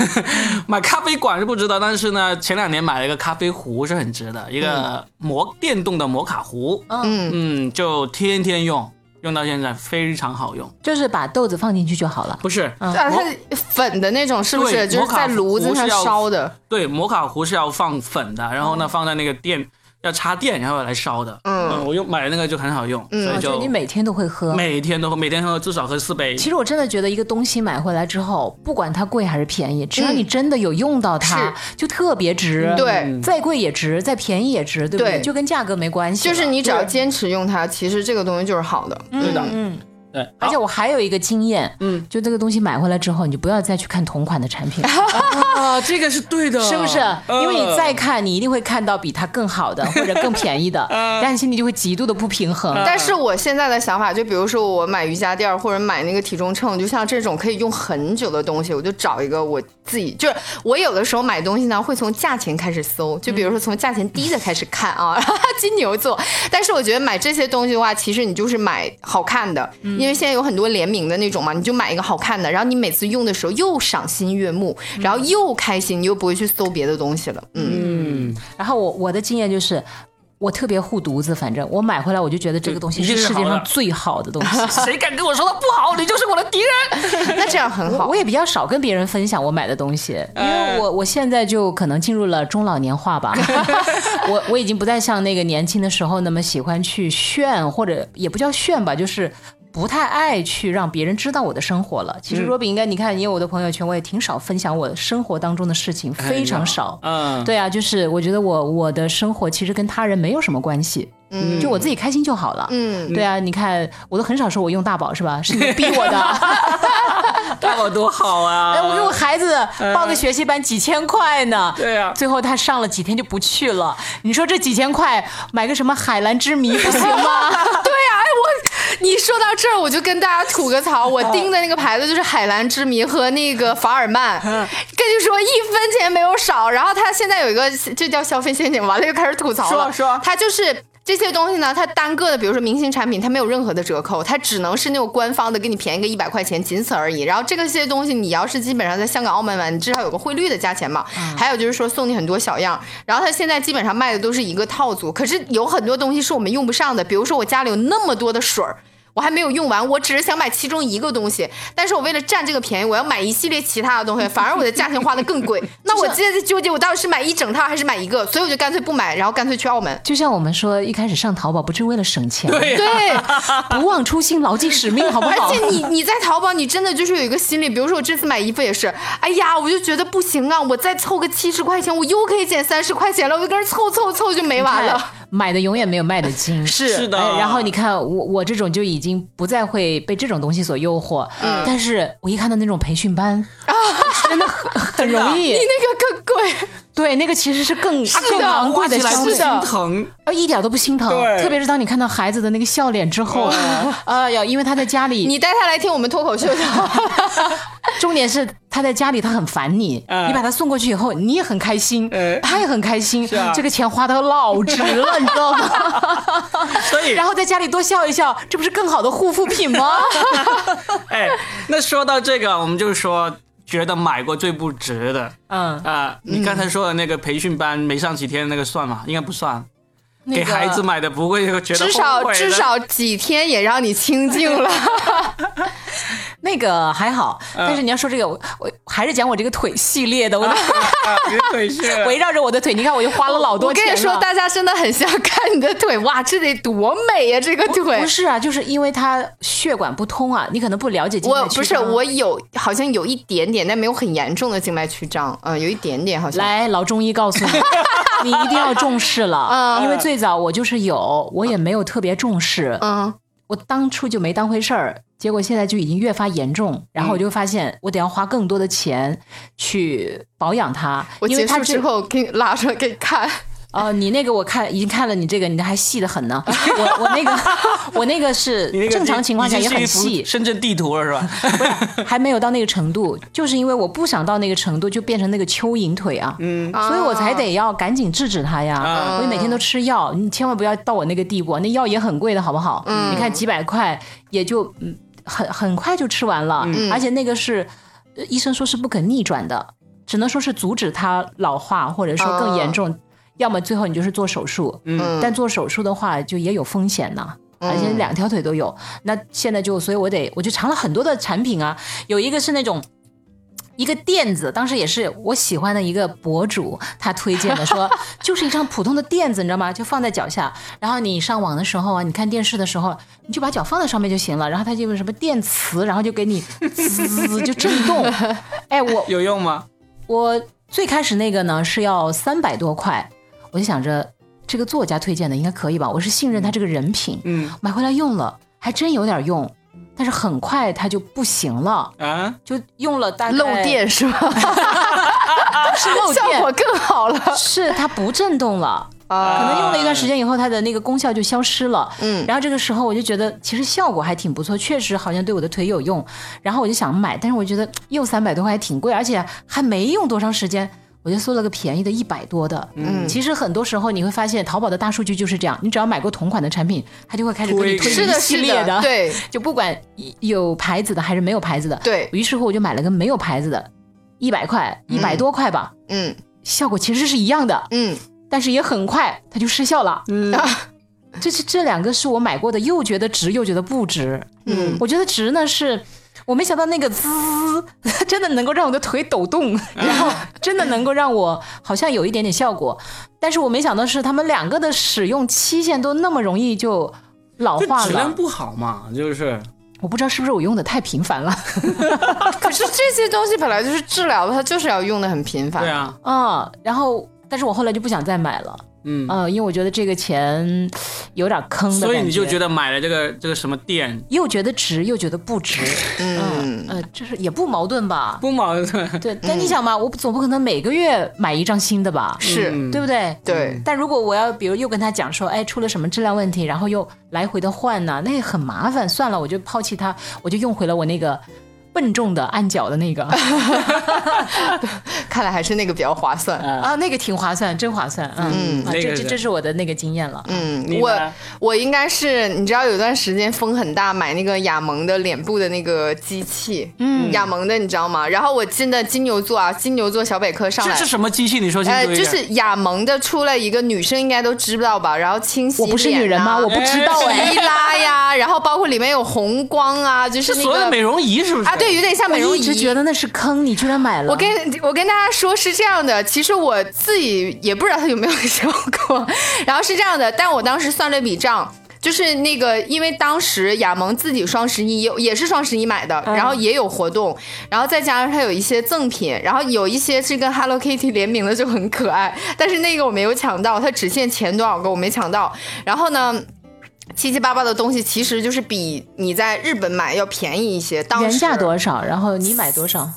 A: 买咖啡馆是不值得，但是呢，前两年买了一个咖啡壶是很值的，一个摩电动的摩卡壶，
C: 嗯。
A: 嗯，就天天用，用到现在非常好用，
B: 就是把豆子放进去就好了。
A: 不是。
C: 啊，它粉的那种是不是
A: 对
C: 就是在炉子上烧的？
A: 对，摩卡壶是要放粉的，然后呢放在那个电要插电，然后来烧的。
C: 嗯
A: 我用买那个就很好用，所
B: 我
A: 以
B: 觉得
A: 就
B: 嗯你每天都会喝。
A: 每天都每天喝至少喝四杯。
B: 其实我真的觉得一个东西买回来之后，不管它贵还是便宜，只要你真的有用到它，就特别值。
C: 嗯对
B: 再贵也值，再便宜也值，对不
C: 对
B: 就跟价格没关系
C: 就
B: 了。
C: 是你只要坚持用它，其实这个东西就是好的。
A: 对的，
B: 嗯，
A: 对，啊
B: 而且
A: 好
B: 我还有一个经验，嗯，就这个东西买回来之后，你就不要再去看同款的产 品了，
A: 啊，这个是对的，
B: 是不是？
A: 呃
B: 因为你再看，你一定会看到比它更好的或者更便宜的，
A: 嗯
B: 但你心里就会极度的不平衡。
C: 但是我现在的想法，就比如说我买瑜伽垫儿或者买那个体重秤，就像这种可以用很久的东西，我就找一个我自己。就是我有的时候买东西呢，会从价钱开始搜，就比如说从价钱低的开始看啊，金牛座。但是我觉得买这些东西的话，其实你就是买好看的，因为现在有很多联名的那种嘛，你就买一个好看的，然后你每次用的时候又赏心悦目，然后又开心，你又不会去搜别的东西了。嗯，
B: 然后我我的经验就是。我特别护犊子，反正我买回来我就觉得这个东西
A: 一定
B: 是
A: 是
B: 世界
A: 好的
B: 上最好的东西。
A: 谁敢跟我说它不好，你就是我的敌人。
C: 那这样很
B: 我
C: 好
B: 我。也比较少跟别人分享我买的东西，因为我我现在就可能进入了中老年化吧，我我已经不再像那个年轻的时候那么喜欢去炫，或者也不叫炫吧，就是。不太爱去让别人知道我的生活了。其实若比应该，你看，因为我的朋友圈，我也挺少分享我生活当中的事情，非常少。
A: 嗯，
B: 对啊，就是我觉得我我的生活其实跟他人没有什么关系。嗯，就我自己开心就好了。
C: 嗯，
B: 对啊，你看我都很少说我用大宝是吧？是你逼我的。
A: 大宝多好啊！
B: 哎，我给我孩子报个学习班几千块呢。
A: 对啊
B: 最后他上了几天就不去了。你说这几千块买个什么海蓝之谜不行吗？
C: 对呀、哎，我你说到这儿，我就跟大家吐个槽，我盯的那个牌子就是海蓝之谜和那个法尔曼，
A: 嗯
C: 跟你说一分钱没有少。然后他现在有一个，这叫消费陷阱，完了又开始吐槽了。
A: 说说
C: 他就是。这些东西呢，它单个的，比如说明星产品，它没有任何的折扣，它只能是那种官方的给你便宜个一百块钱，仅此而已。然后这个些东西，你要是基本上在香港、澳门玩，你至少有个汇率的价钱嘛。还有就是说送你很多小样，然后它现在基本上卖的都是一个套组，可是有很多东西是我们用不上的，比如说我家里有那么多的水儿。我还没有用完，我只是想买其中一个东西，但是我为了占这个便宜，我要买一系列其他的东西，反而我的价钱花的更贵。那我现在在纠结，我到底是买一整套还是买一个，所以我就干脆不买，然后干脆去澳门。
B: 就像我们说一开始上淘宝不是为了省钱，
A: 对啊呀、
C: 对，
B: 不忘初心，牢记使命， 好不好？
C: 而且你你在淘宝，你真的就是有一个心理，比如说我这次买衣服也是，哎呀，我就觉得不行啊，我再凑个七十块钱，我又可以减三十块钱了，我就跟人凑凑凑就没完了。
B: 买的永远没有卖的精，
C: 是
A: 是的
B: 哎然后你看我我这种就已经不再会被这种东西所诱惑，
A: 嗯
B: 但是我一看到那种培训班，真的很很容易
C: 你，那个更贵，
B: 对那个其实是更更
C: 的
B: 昂贵
A: 花
B: 的
A: 起来
B: 消
A: 不
B: 费
C: 是。的
A: 心疼，
B: 呃，一点都不心疼
A: 对，
B: 特别是当你看到孩子的那个笑脸之后，呃，要因为他在家里，
C: 你带他来听我们脱口秀 的，
B: 重点是他在家里他很烦你，
A: 嗯
B: 你把他送过去以后，你也很开心
A: 嗯，
B: 他也很开心
A: 是啊，
B: 这个钱花的老值 了，你知道吗？
A: 所以
B: 然后在家里多笑一笑，这不是更好的护肤品 吗？
A: 哎，那说到这个，我们就说觉得买过最不值的
B: 嗯，
A: 啊、你刚才说的那个培训班没上几天那个算吗？应该不算。
B: 那个
A: 给孩子买的不会觉得
C: 至
A: 后悔
C: 少
A: 的
C: 至少几天也让你清静了。
B: 那个还好，
C: 嗯
B: 但是你要说这个，我我还是讲我这个腿系列的，我的
A: 啊，别腿是
B: 围绕着我的腿，你看我就花了 老
C: 嗯我
B: 多钱
C: 跟
B: 了。
C: 你说，大家真的很想看你的腿，哇，这得多美呀、这 个腿
B: 不。是啊，就是因为它血管不通啊，你可能不了解静脉
C: 我
B: 曲
C: 不是
B: 张
C: 我有好像有一点点，但没有很严重的静脉曲张，嗯，有一点点好像。
B: 来，老中医告 诉你，你一定要重视
C: 嗯
B: 了，因为最早我就是有，我也没有特别重视，
C: 嗯，
B: 我当初就没当回事儿，结果现在就已经越发严重，然后
C: 嗯
B: 我就发现我得要花更多的钱去保养它，
C: 我
B: 因为
C: 结
B: 它
C: 束
B: 这
C: 之后给你拉出来给你看。
B: 哦，你那个我看已经看了，你这个你的还细的很呢，我我那个 我那个是
A: 你那个
B: 正常
A: 已
B: 情况下
A: 已
B: 也
A: 经是
B: 很
A: 一幅
B: 细，
A: 深圳地图了是吧？
B: 还没有到那个程度，就是因为我不想到那个程度，就变成那个蚯蚓腿啊，嗯，所以我才得要赶紧制止它呀。
A: 啊
B: 我就每天都吃药，你千万不要到我那个地步啊，那药也很贵的，好不好？嗯，你看几百块也就嗯很很快就吃完了，而且那个是呃医生说是不可逆转的，只能说是阻止它老化，或者说更严重，要么最后你就是做手术，
C: 嗯
B: 但做手术的话就也有风险呐、而且两条腿都有。那现在就，所以我得我就尝了很多的产品啊，有一个是那种。一个垫子，当时也是我喜欢的一个博主，他推荐的说，就是一张普通的垫子，你知道吗？就放在脚下，然后你上网的时候啊，你看电视的时候，你就把脚放在上面就行了，然后它就有什么电磁，然后就给你滋就震动。哎，我
A: 有用吗？
B: 我最开始那个呢是要三百多块，我就想着这个作家推荐的应该可以吧，我是信任他这个人品，
A: 嗯
B: 买回来用了，还真有点用，但是很快它就不行了，
A: 啊，
B: 就用了大概啊
C: 漏，电是 吧？
B: 是漏
C: 效果
B: 电，
C: 更好了
B: 是它不震动了。
C: 啊！
B: 可能用了一段时间以后，它的那个功效就消失了。
C: 嗯
B: 然后这个时候我就觉得其实效果还挺不错，确实好像对我的腿有用。然后我就想买，但是我觉得又三百多块还挺贵，而且还没用多长时间。我就搜了个便宜的，一百多的。嗯，其实很多时候你会发现，淘宝的大数据就是这样，你只要买过同款的产品，它就会开始给你
A: 推
B: 推
A: 一
B: 一
C: 是的，
B: 系
C: 是
B: 列
C: 的，对
B: 就不管有牌子的还是没有牌子的。
C: 对，
B: 于是乎，我就买了个没有牌子的，一百块，一百多块吧，
C: 嗯
B: 效果其实是一样的，
C: 嗯
B: 但是也很快它就失效了。
A: 嗯
B: 这是这两个是我买过的，又觉得值，又觉得不值。
C: 嗯，
B: 我觉得值呢是。我没想到那个滋， 真的能够让我的腿抖动，然后真的能够让我好像有一点点效果，但是我没想到是他们两个的使用期限都那么容易就老
A: 就
B: 化
A: 质量
B: 了。
A: 不好嘛，就是
B: 我不知道是不是我用的太频繁了。
C: 可是这些东西本来就是治疗的，它就是要用的很频繁。
B: 哦
A: 对啊，
B: 嗯，然后但是我后来就不想再买了，
A: 嗯，
B: 嗯，因为我觉得这个钱有点坑的
A: 所以你就觉
B: 得
A: 得买了这个这个什么店
B: 又觉得值又觉得不值，嗯
C: 嗯，
B: 呃，这是也不矛盾吧？
A: 不矛盾，
B: 对，但你想嘛，我总不可能每个月买一张新的吧，
C: 是，
A: 嗯
B: 对不对？
C: 对，
B: 但如果我要比如又跟他讲说，哎，出了什么质量问题，然后又来回的换呢，那也很麻烦。算了，我就抛弃它，我就用回了我那个笨重的按脚的那 个
C: 看来还是那个比较划算。
A: 啊，
B: 啊，那个挺划算，真划算。嗯，
C: 嗯
B: 啊、
A: 那
B: 这
A: 个
B: 这
A: 是
B: 这是我的那个经验了。
A: 你
C: 嗯，
A: 呢
C: 我我应该是，你知道有段时间风很大，买那个雅萌的脸部的那个机器，嗯，雅萌的你知道吗？然后我进的金牛座啊，金牛座小百科上
A: 这
C: 来，
A: 是什么机器？你说清
C: 呃，
A: 楚一
C: 就
A: 点。
C: 是雅萌的出了一个女生应该都知道吧，然后清洗、啊
B: 我不是女人吗？我不知道哎。
C: 提拉呀，然后包括里面有红光啊，就是那
A: 所谓的美
C: 个
A: 容仪是不是？
C: 啊，对，有点像美容
B: 我
C: 仪
B: 一。直觉得那是坑，你居然买了。
C: 我跟我跟大家说是这样的，其实我自己也不知道它有 没有效果。然后是这样的，但我当时算了一笔账，就是那个因为当时雅萌自己双十一也也是双十一买
B: 嗯
C: 的，然后也有活动，然后再加上它有一些赠品，然后有一些是跟 Hello Kitty 联名的就很可爱，但是那个我没有抢到，它只限前多少个我没抢到。然后呢？七七八八的东西其实就是比你在日本买要便宜一些，当时
B: 原价多少，然后你买多少？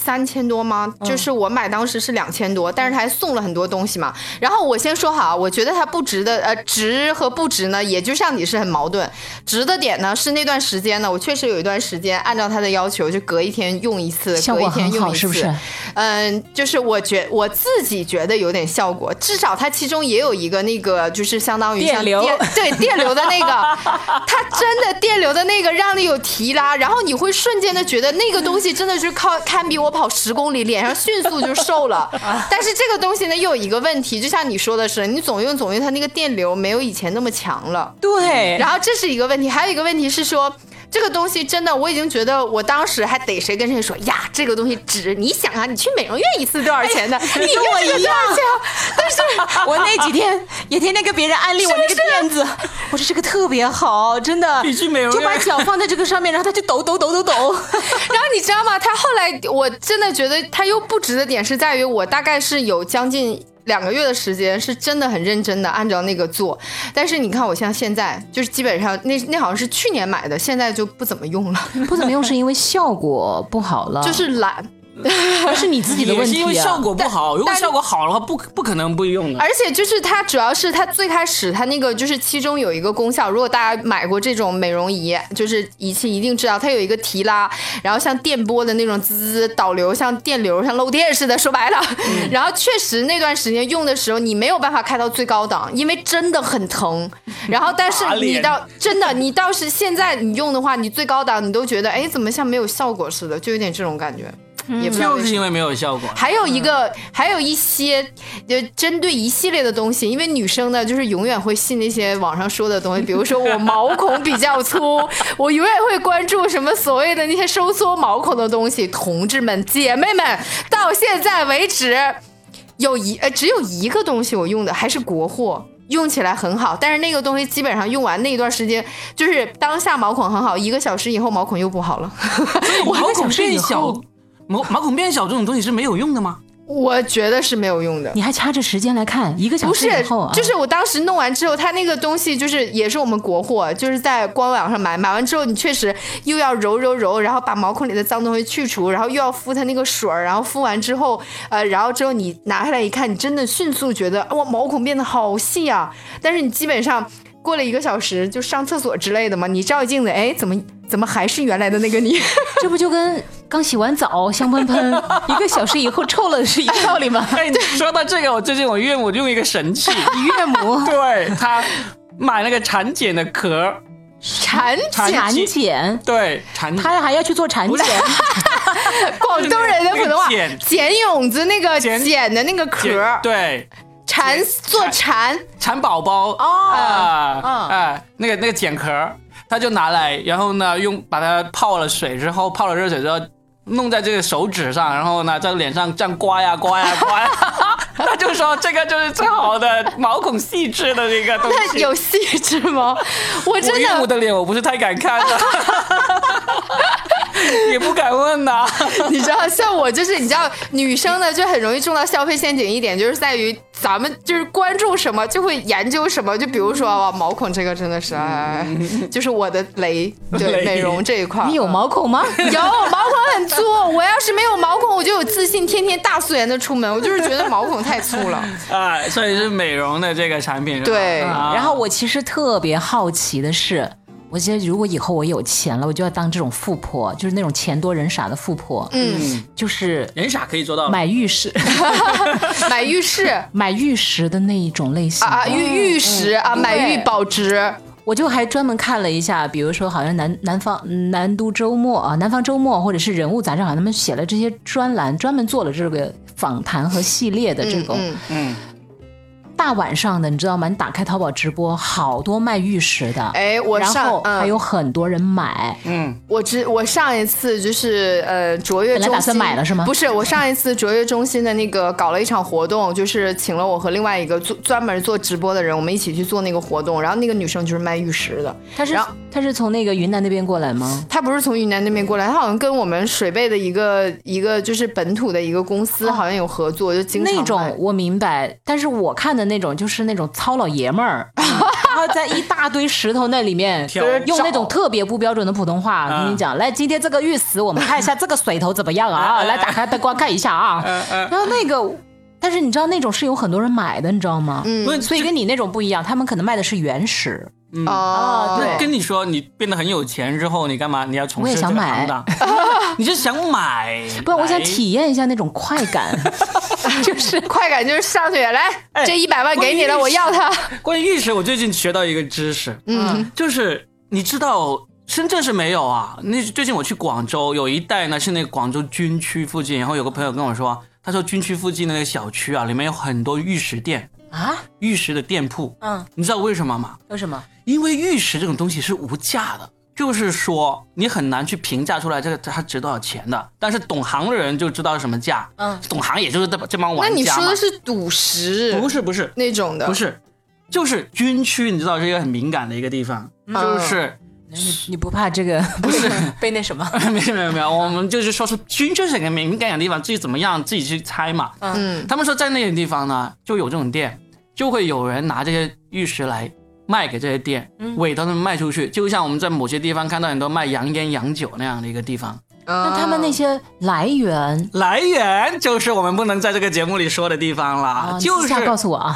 C: 三千多吗？
B: 嗯
C: 就是我买当时是两千多，但是他还送了很多东西嘛。然后我先说好啊，我觉得它不值的，呃，值和不值呢，也就像你是很矛盾。值的点呢是那段时间呢，我确实有一段时间按照他的要求，就隔一天用一次，
B: 效
C: 隔一
B: 果
C: 天
B: 很
C: 用一
B: 好，
C: 次，
B: 是不是？
C: 嗯，就是我觉我自己觉得有点效果，至少它其中也有一个那个，就是相当于
B: 电
C: 像
B: 流
C: 对电流的 那个，它真的电流的那个让你有提拉，然后你会瞬间的觉得那个东西真的是靠堪比我跑十公里，脸上迅速就 瘦了。但是这个东西呢，又有一个问题，就像你说的是，你总用总用，它那个电流没有以前那么强了。
B: 对，
C: 然后这是一个问题，还有一个问题是说。这个东西真的，我已经觉得我当时还逮谁跟谁说呀，这个东西值。你想啊，你去美容院一次多少钱呢？ 你跟我一样，但是
B: 我那几天也天天跟别人安利我那个垫子，我说这个特别好，真的。
A: 必须美容
B: 就把
A: 院
B: 脚放在这个上面，然后它就抖抖抖抖抖。
C: 然后你知道吗？他后来我真的觉得他又不值的点是在于，我大概是有将近。两个月的时间是真的很认真的按照那个做，但是你看我像现在就是基本上那那好像是去年买的，现在就不怎么用了，
B: 不怎么用是因为效果不好了，
C: 就是懒，
B: 不是你自己的
A: 也
B: 问
A: 是
B: 题、啊。
A: 因为效果不好。如果
C: 但
A: 效果好的话，不不可能不用的。
C: 而且就是它主要是它最开始它那个就是其中有一个功效，如果大家买过这种美容仪，就是仪器一定知道它有一个提拉，然后像电波的那种滋滋滋导流，像电流像漏电似的，说白了。然后确实那段时间用的时候，你没有办法开到最高档，因为真的很疼。然后但是
A: 打脸
C: 你到真的你倒是现在你用的话，你最高档你都觉得哎怎么像没有效果似的，就有点这种感觉。也不知道
A: 就
C: 为什么
A: 是因为没有效果，
C: 还有一个，还有一些，就针对一系列的东西，因为女生呢，就是永远会信那些网上说的东西，比如说我毛孔比较 粗，我永远会关注什么所谓的那些收缩毛孔的东西。同志们、姐妹们，到现在为止，有一呃只有一个东西我用的还是国货。用起来很好，但是那个东西基本上用完那一段时间，就是当下毛孔很好，一个小时以后毛孔又不好了。
A: 毛孔
B: 想睡
A: 变
B: 以
A: 小
B: 后，
A: 毛毛孔变小这种东西是没有用的吗？
C: 我觉得是没有用的。
B: 你还掐着时间来看，一个小
C: 不
B: 时
C: 是
B: 以后、啊、，
C: 就是我当时弄完之后，它那个东西就是也是我们国货，就是在官网上买，买完之后你确实又要揉揉揉，然后把毛孔里的脏东西去除，然后又要敷它那个水儿，然后敷完之后，呃，然后之后你拿下来一看，你真的迅速觉得哇，毛孔变得好细啊！但是你基本上过了一个小时，就上厕所之类的嘛，你照镜子，哎，怎么怎么还是原来的那个你？
B: 这不就跟刚洗完澡香喷喷，一个小时以后臭了是一个道理 吗？
A: 哎，你说到这个，我最近我岳母用一个神 器，
B: 你岳母
A: 对她买那个产检的壳，
C: 产
A: 产
B: 产
A: 检
B: 检，
A: 对产检
B: 他还要去做产检，
C: 广东人的普通话
A: 那个茧，
C: 茧蛹子那个
A: 茧
C: 茧的那个壳儿，
A: 对
C: 蝉做蝉。
A: 产宝宝
C: 哦
A: 啊
C: 嗯
A: 啊，那个那个茧壳儿，他就拿来，然后呢，用把它泡了水之后，泡了热水之后，弄在这个手指上，然后呢，在脸上这样刮呀刮呀刮呀， 他就说这个就是最好的毛孔细致的这个东
C: 那
A: 西。
C: 有细致吗？我
A: 我
C: 真
A: 岳母
C: 的，
A: 的脸我不是太敢看的， 也不敢问呐。
C: 你知道，像我就是，你知道，女生呢就很容易中到消费陷阱一点，就是在于咱们就是关注什么就会研究什么，就比如说
B: 嗯
C: 哇，毛孔这个真的是，哎，就是我的雷，对
A: 雷
C: 美容这一块，
B: 你有毛孔 吗？
C: 有毛孔很粗，我要是没有毛孔，我就有自信，天天大素颜的出门。我就是觉得毛孔太粗了。
A: 啊，所以是美容的这个产品是吧？
C: 对
A: 啊
B: 然后我其实特别好奇的是，我觉得如果以后我有钱了，我就要当这种富婆，就是那种钱多人傻的富婆，
C: 嗯，哦
B: 就是
A: 人傻可以做到，
B: 买玉石、
C: 买玉饰啊
B: 买玉石的那一种类型的。
C: 啊，玉玉石啊，
B: 嗯
C: 买玉保值。
B: 我就还专门看了一下，比如说好像南南方南都周末啊，南方周末或者是人物杂志，好像他们写了这些专栏，专门做了这个访谈和系列的这种。
C: 嗯，
A: 嗯，
B: 大晚上的，你知道吗？你打开淘宝直播，好多卖玉石的，
C: 哎，我
B: 然
C: 上
B: 后还
C: 嗯，
B: 有很多人买，
A: 嗯
C: 我之我上一次就是呃卓越
B: 本
C: 中心
B: 来打算买了是吗
C: 不是，我上一次卓越中心的那个搞了一场活动，就是请了我和另外一个做专门做直播的人，我们一起去做那个活动。然后那个女生就是卖玉石的，
B: 他是
C: 然后
B: 他是从那个云南那边过来吗？
C: 他不是从云南那边过来，他好像跟我们水贝的一个一个就是本土的一个公司好像有合作，就经
B: 哦
C: 常
B: 那
C: 卖
B: 种我明白，但是我看的那种就是那种糙老爷们 儿，然后在一大堆石头那里面
A: 挑
B: 用那种特别不标准的普通话
A: 啊
B: 跟你讲，来，今天这个玉石我们看一下这个水头怎么样啊？来，打开灯光看一下 啊。
A: 嗯
B: 然后那个，但是你知道那种是有很多人买的，你知道吗？
A: 不是
B: 所以跟你那种不一样，他们可能卖的是原石。啊
C: 哦，
B: 对
A: 跟你说，你变得很有钱之后，你干嘛？你要从
B: 我
A: 事
B: 也
A: 这
B: 想
A: 个
B: 买
A: 行 当，你就想买？
B: 不，我想
A: 来
B: 体验一下那种快 感，就是
C: 快感就是上去来，
A: 哎
C: 这一百万给你了，我
A: 关于
C: 要它。
A: 关于玉石，我最近学到一个知识，
B: 啊
C: 嗯
A: 就是你知道深圳是没有啊？那最近我去广州，有一带呢是那个广州军区附近，然后有个朋友跟我说，他说军区附近的那个小区啊，里面有很多玉石店、
B: 啊，
A: 玉石的店铺。
B: 嗯，
A: 你知道为什么吗？
B: 为什么？
A: 因为玉石这种东西是无价的，就是说你很难去评价出来这个它值多少钱的。但是懂行的人就知道是什么价，
B: 嗯，
A: 懂行也就是这这帮
C: 嗯那
A: 玩
C: 你
A: 家
C: 说
A: 嘛
C: 的。是赌石，
A: 不是不是
C: 那种的，
A: 不是，就是军区，你知道是一个很敏感的一个地方，
C: 嗯
A: 就是。
B: 你你不怕这个 不是被那什么？
A: 没有没有没有，我们就是说是军就是很敏感的地方，自己怎么样自己去猜嘛。
C: 嗯
A: 他们说在那些地方呢，就有这种店，就会有人拿这些玉石来卖给这些店，
B: 嗯
A: 伪装的卖出去。就像我们在某些地方看到很多卖洋烟洋酒那样的一个地方，
C: 那
B: 那他们那些来源
A: 来源就是我们不能在这个节目里说的地方啦，
B: 啊，
A: 就
B: 你
A: 是
B: 私下告诉 我啊，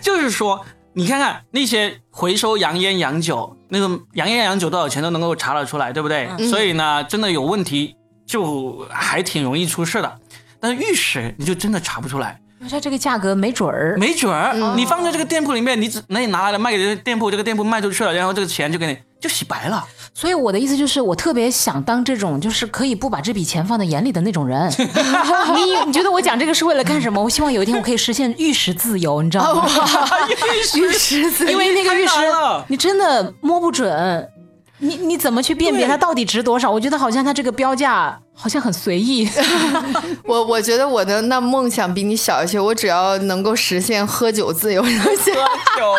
A: 就是说，你看看那些回收洋烟洋酒，那个洋烟洋酒多少钱都能够查得出来，对不对？
B: 嗯
A: 所以呢，真的有问题就还挺容易出事的。但是玉石你就真的查不出来，
B: 它这个价格没准儿。
A: 没准儿、
C: 嗯
A: 你放在这个店铺里面，你只那你拿来了卖给这个店铺，这个店铺卖出去了，然后这个钱就给你就洗白 了。
B: 所以我的意思就是，我特别想当这种就是可以不把这笔钱放在眼里的那种人。你你觉得我讲这个是为了干什么？我希望有一天我可以实现玉石自由，你知道吗？
C: 玉石子，
B: 因为那个玉石
A: 哦太难了，
B: 你真的摸不准。你你怎么去辨别它到底值多少？我觉得好像它这个标价好像很随意。
C: 我我觉得我的那梦想比你小一些，我只要能够实现喝酒自由 就行。
A: 有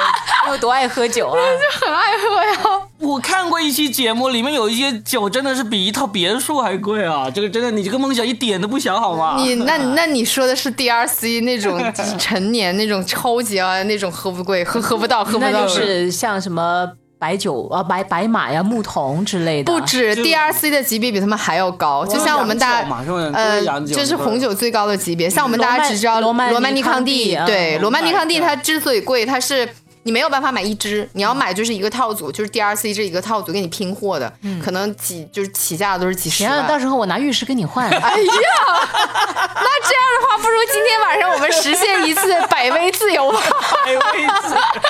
B: 我有多爱喝酒啊！
C: 很爱喝呀，
A: 我看过一期节目，里面有一些酒真的是比一套别墅还贵啊！这个真的，你这个梦想一点都不小好吗？
C: 你那那你说的是 DRC 那种陈年那种超级啊那种喝不贵，喝喝不到，喝不
B: 那
C: 到。
B: 就是像什么白酒啊、白白马呀、牧童之类的。啊
C: 不止
A: 就
C: DRC 的级别比他们还要高，就像我们大
A: 洋酒嘛是不是都
C: 呃
A: 是洋，酒
C: 就是红酒最高的级别。像我们大
B: 嗯罗
C: 家
B: 曼
C: 只知道
B: 罗曼尼
C: 曼尼
B: 康
C: 康
B: 帝
C: 帝
B: 啊，
C: 对，罗曼尼康帝
A: 对
C: 它之所以贵，它是。你没有办法买一
B: 嗯
C: 支，你要买就是一个套组，就是 DRC 这一个套组给你拼货的，可能几就是起价都是几十
B: 嗯行啊，
C: 万。
B: 到时候我拿玉石跟你换。啊
C: 哎呀，那这样的话，不如今天晚上我们实现一 次百威自由吧，
A: 哎位置，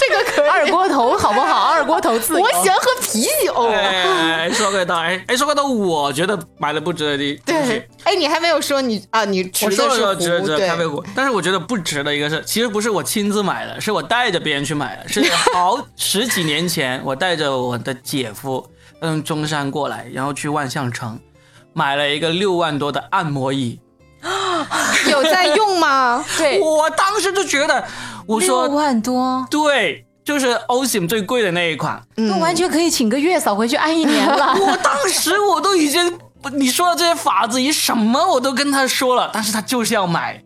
C: 这个可以。
B: 二锅头好不好？二锅头自由。
C: 我喜欢喝啤酒。
A: 哎，说回到哎哎，说回到我觉得买的不值得的东西
C: 对，，哎，你还没有说你啊，你吃
A: 我
C: 的
A: 说了
C: 是
A: 说
C: 糊，
A: 值值
C: 对
A: 咖啡果，但是我觉得不值的一个是，其实不是我亲自买的，是我带着别人去买的， 是好十几年前我带着我的姐夫从中山过来，然后去万象城买了一个六万多的按摩椅，
C: 有在用吗？
B: 对，
A: 我当时就觉得，我
B: 六
A: 说
B: 万多，
A: 对。就是 Osim 最贵的那一 款，
B: 那完全可以请个月嫂回去按一年 了。
A: 我当时我都已经，你说的这些法子，以什么我都跟他说了，但是他就是要买。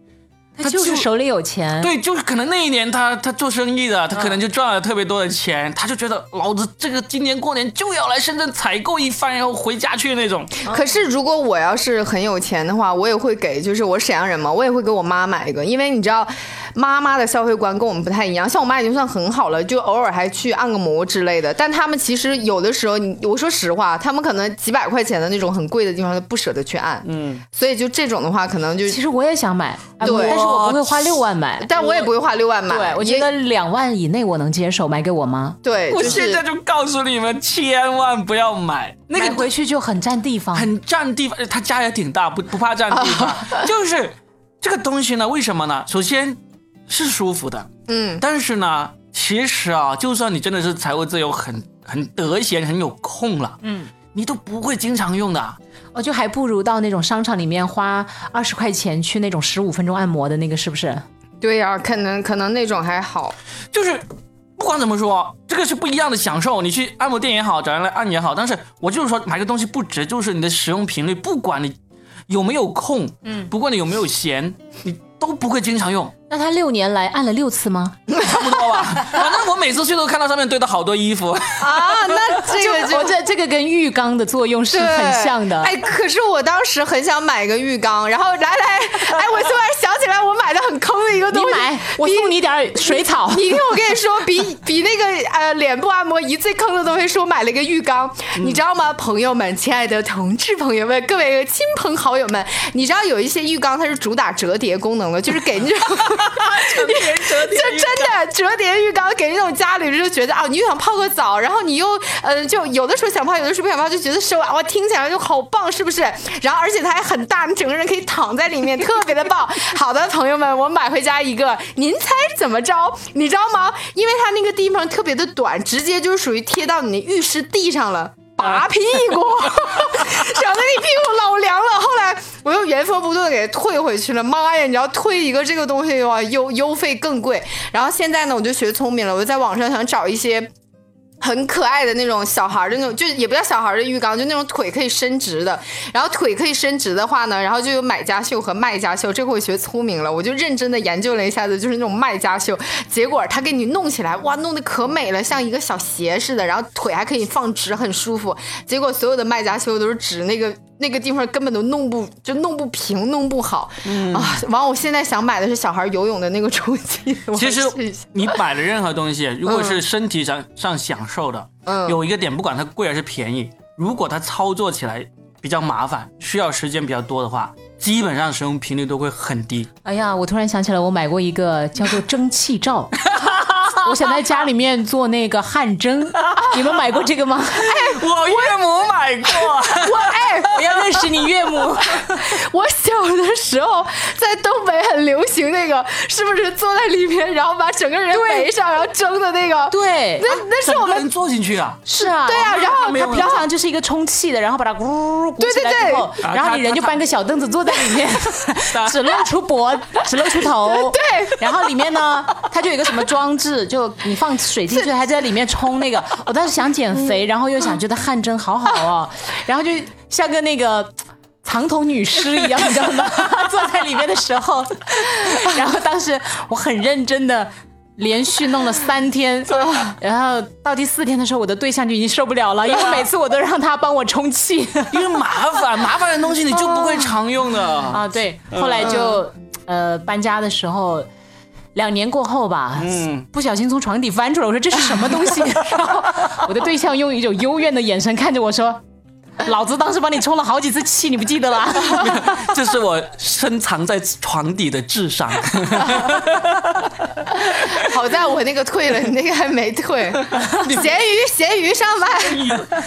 B: 他就是手里有 钱，
A: 对，就是可能那一年他他做生意的，他可能就赚了特别多的钱，他就觉得老子这个今年过年就要来深圳采购一番，然后回家去那种。
C: 可是如果我要是很有钱的话，我也会给，就是我沈阳人嘛，我也会给我妈买一个，因为你知道，妈妈的消费观跟我们不太一样。像我妈已经算很好了，就偶尔还去按个摩之类的。但他们其实有的时候，你我说实话，他们可能几百块钱的那种很贵的地方，不舍得去按。嗯，所以就这种的话，可能就，
B: 其实我也想买，啊
C: 对
B: 但是我不会花六万买。
C: 但我也不会花六万买。
B: 对，我
C: 也
B: 觉得两万以内我能接受，买给我妈，
C: 对，
A: 我
C: 就
A: 现
C: 是
A: 在就告诉你们，千万不要买那
B: 买
A: 个
B: 回去就很占地方。
A: 很占地方，呃他家也挺大，不不怕占地 方。就是这个东西呢，为什么呢？首先是舒服的，
C: 嗯，
A: 但是呢，其实啊，就算你真的是财务自由，很很得闲，很有空了，嗯，你都不会经常用的。
B: 我哦就还不如到那种商场里面花二十块钱去那种十五分钟按摩的那个，是不是？
C: 对呀、可能可能那种还好。
A: 就是不管怎么说，这个是不一样的享受。你去按摩店也好，找人来按也好，但是我就是说，买个东西不值，就是你的使用频率，不管你有没有空，嗯，不管你有没有闲，你都不会经常用。
B: 那他六年来按了六次吗？
A: 差不多吧。 反正我每次去都看到上面堆的好多衣 服，
C: 啊，那这个就
B: 我哦这这个跟浴缸的作用是
C: 对
B: 很像的。
C: 哎，可是我当时很想买个浴缸，然后来来，哎，我突然想起来，我买的很坑的一个
B: 你
C: 东西。
B: 买，我送你点儿水草。
C: 你听我跟你说，比比那个呃脸部按摩仪最坑的东西是我买了一个浴缸，你知道吗？朋友们，亲爱的同志朋友们，各位亲朋好友们，你知道有一些浴缸它是主打折叠功能的，就是 给那种
A: 折叠
C: 就真的折叠浴缸给那种家里人就觉得啊，你又想泡个澡，然后你又呃，就有的时候想泡，有的时候不想泡，就觉得收啊，哇，听起来就好棒，是不是？然后而且它还很大，你整个人可以躺在里面，特别的棒。好的，朋友们，我买回家一个，您猜怎么着？你知道吗？因为它那个地方特别的短，直接就是属于贴到你的浴室地上了。拔屁股， 省得你屁股老凉了。后来我又原封不动地给退回去了。妈呀，你知道退一个这个东西哇，邮邮费更贵。然后现在呢，我就学聪明了，我就在网上想找一些。很可爱的那种小孩儿的那种，就也不叫小孩儿的浴缸，就那种腿可以伸直的。然后腿可以伸直的话呢，然后就有买家秀和卖家秀。这回我学聪明了，我就认真的研究了一下子，就是那种卖家秀。结果他给你弄起来，哇，弄得可美了，像一个小鞋似的，然后腿还可以放直，很舒服。结果所有的卖家秀都是指那个那个地方根本都弄不就弄不平，弄不好、啊。完，我现在想买的是小孩游泳的那个冲击。 我
A: 其实
C: 试一下
A: 你买的任何东西，如果是身体上上享受的，
C: 嗯
A: 有一个点，不管它贵还是便宜，如果它操作起来比较麻烦，需要时间比较多的话，基本上使用频率都会很低。
B: 哎呀，我突然想起来，我买过一个 叫做蒸汽罩。 我想在家里面做那个汗 蒸，你们买过这个吗？
A: 我岳母买过，
C: 我哎，
B: 我要认识你岳母。
C: 我小的时候在东北很流行那个，是不是坐在里面，然后把整个人围上，然后蒸的那个？
B: 对，啊
C: 那那是
A: 整
C: 我
A: 个
C: 们
A: 人坐进去 啊，
B: 是啊，
C: 对啊然后
B: 它
C: 它
B: 平常就是一个充气的，然后把它咕噜咕噜鼓起来
C: 对对
B: 之后，
A: 对
B: 然后你人就搬个小凳子坐在里面，只露出脖，只露出头。
C: 对，
B: 然后里面呢，它就有一个什么装置，就你放水进去，还在里面冲那个。我当时想减肥，然后又想觉得汗蒸好好哦，然后就像个那个。藏头女尸一样，你知道吗？ 坐在里面的时候，然后当时我很认真的连续弄了三天，然后到第四天的时候，我的对象就已经受不了了，因为每次我都让他帮我充气
A: 因为麻烦，麻烦的东西你就不会常用的。
B: 啊。对，后来就呃搬家的时候。两年过后吧，
A: 嗯
B: 不小心从床底翻出来，我说这是什么 东西？然后我的对象用一种幽怨的眼神看着我说：“老子当时帮你充了好几次气，你不记得了？”
A: 这是我深藏在床底的智商。
C: 好在我那个退了，你那个还没退。 咸鱼，咸鱼上卖。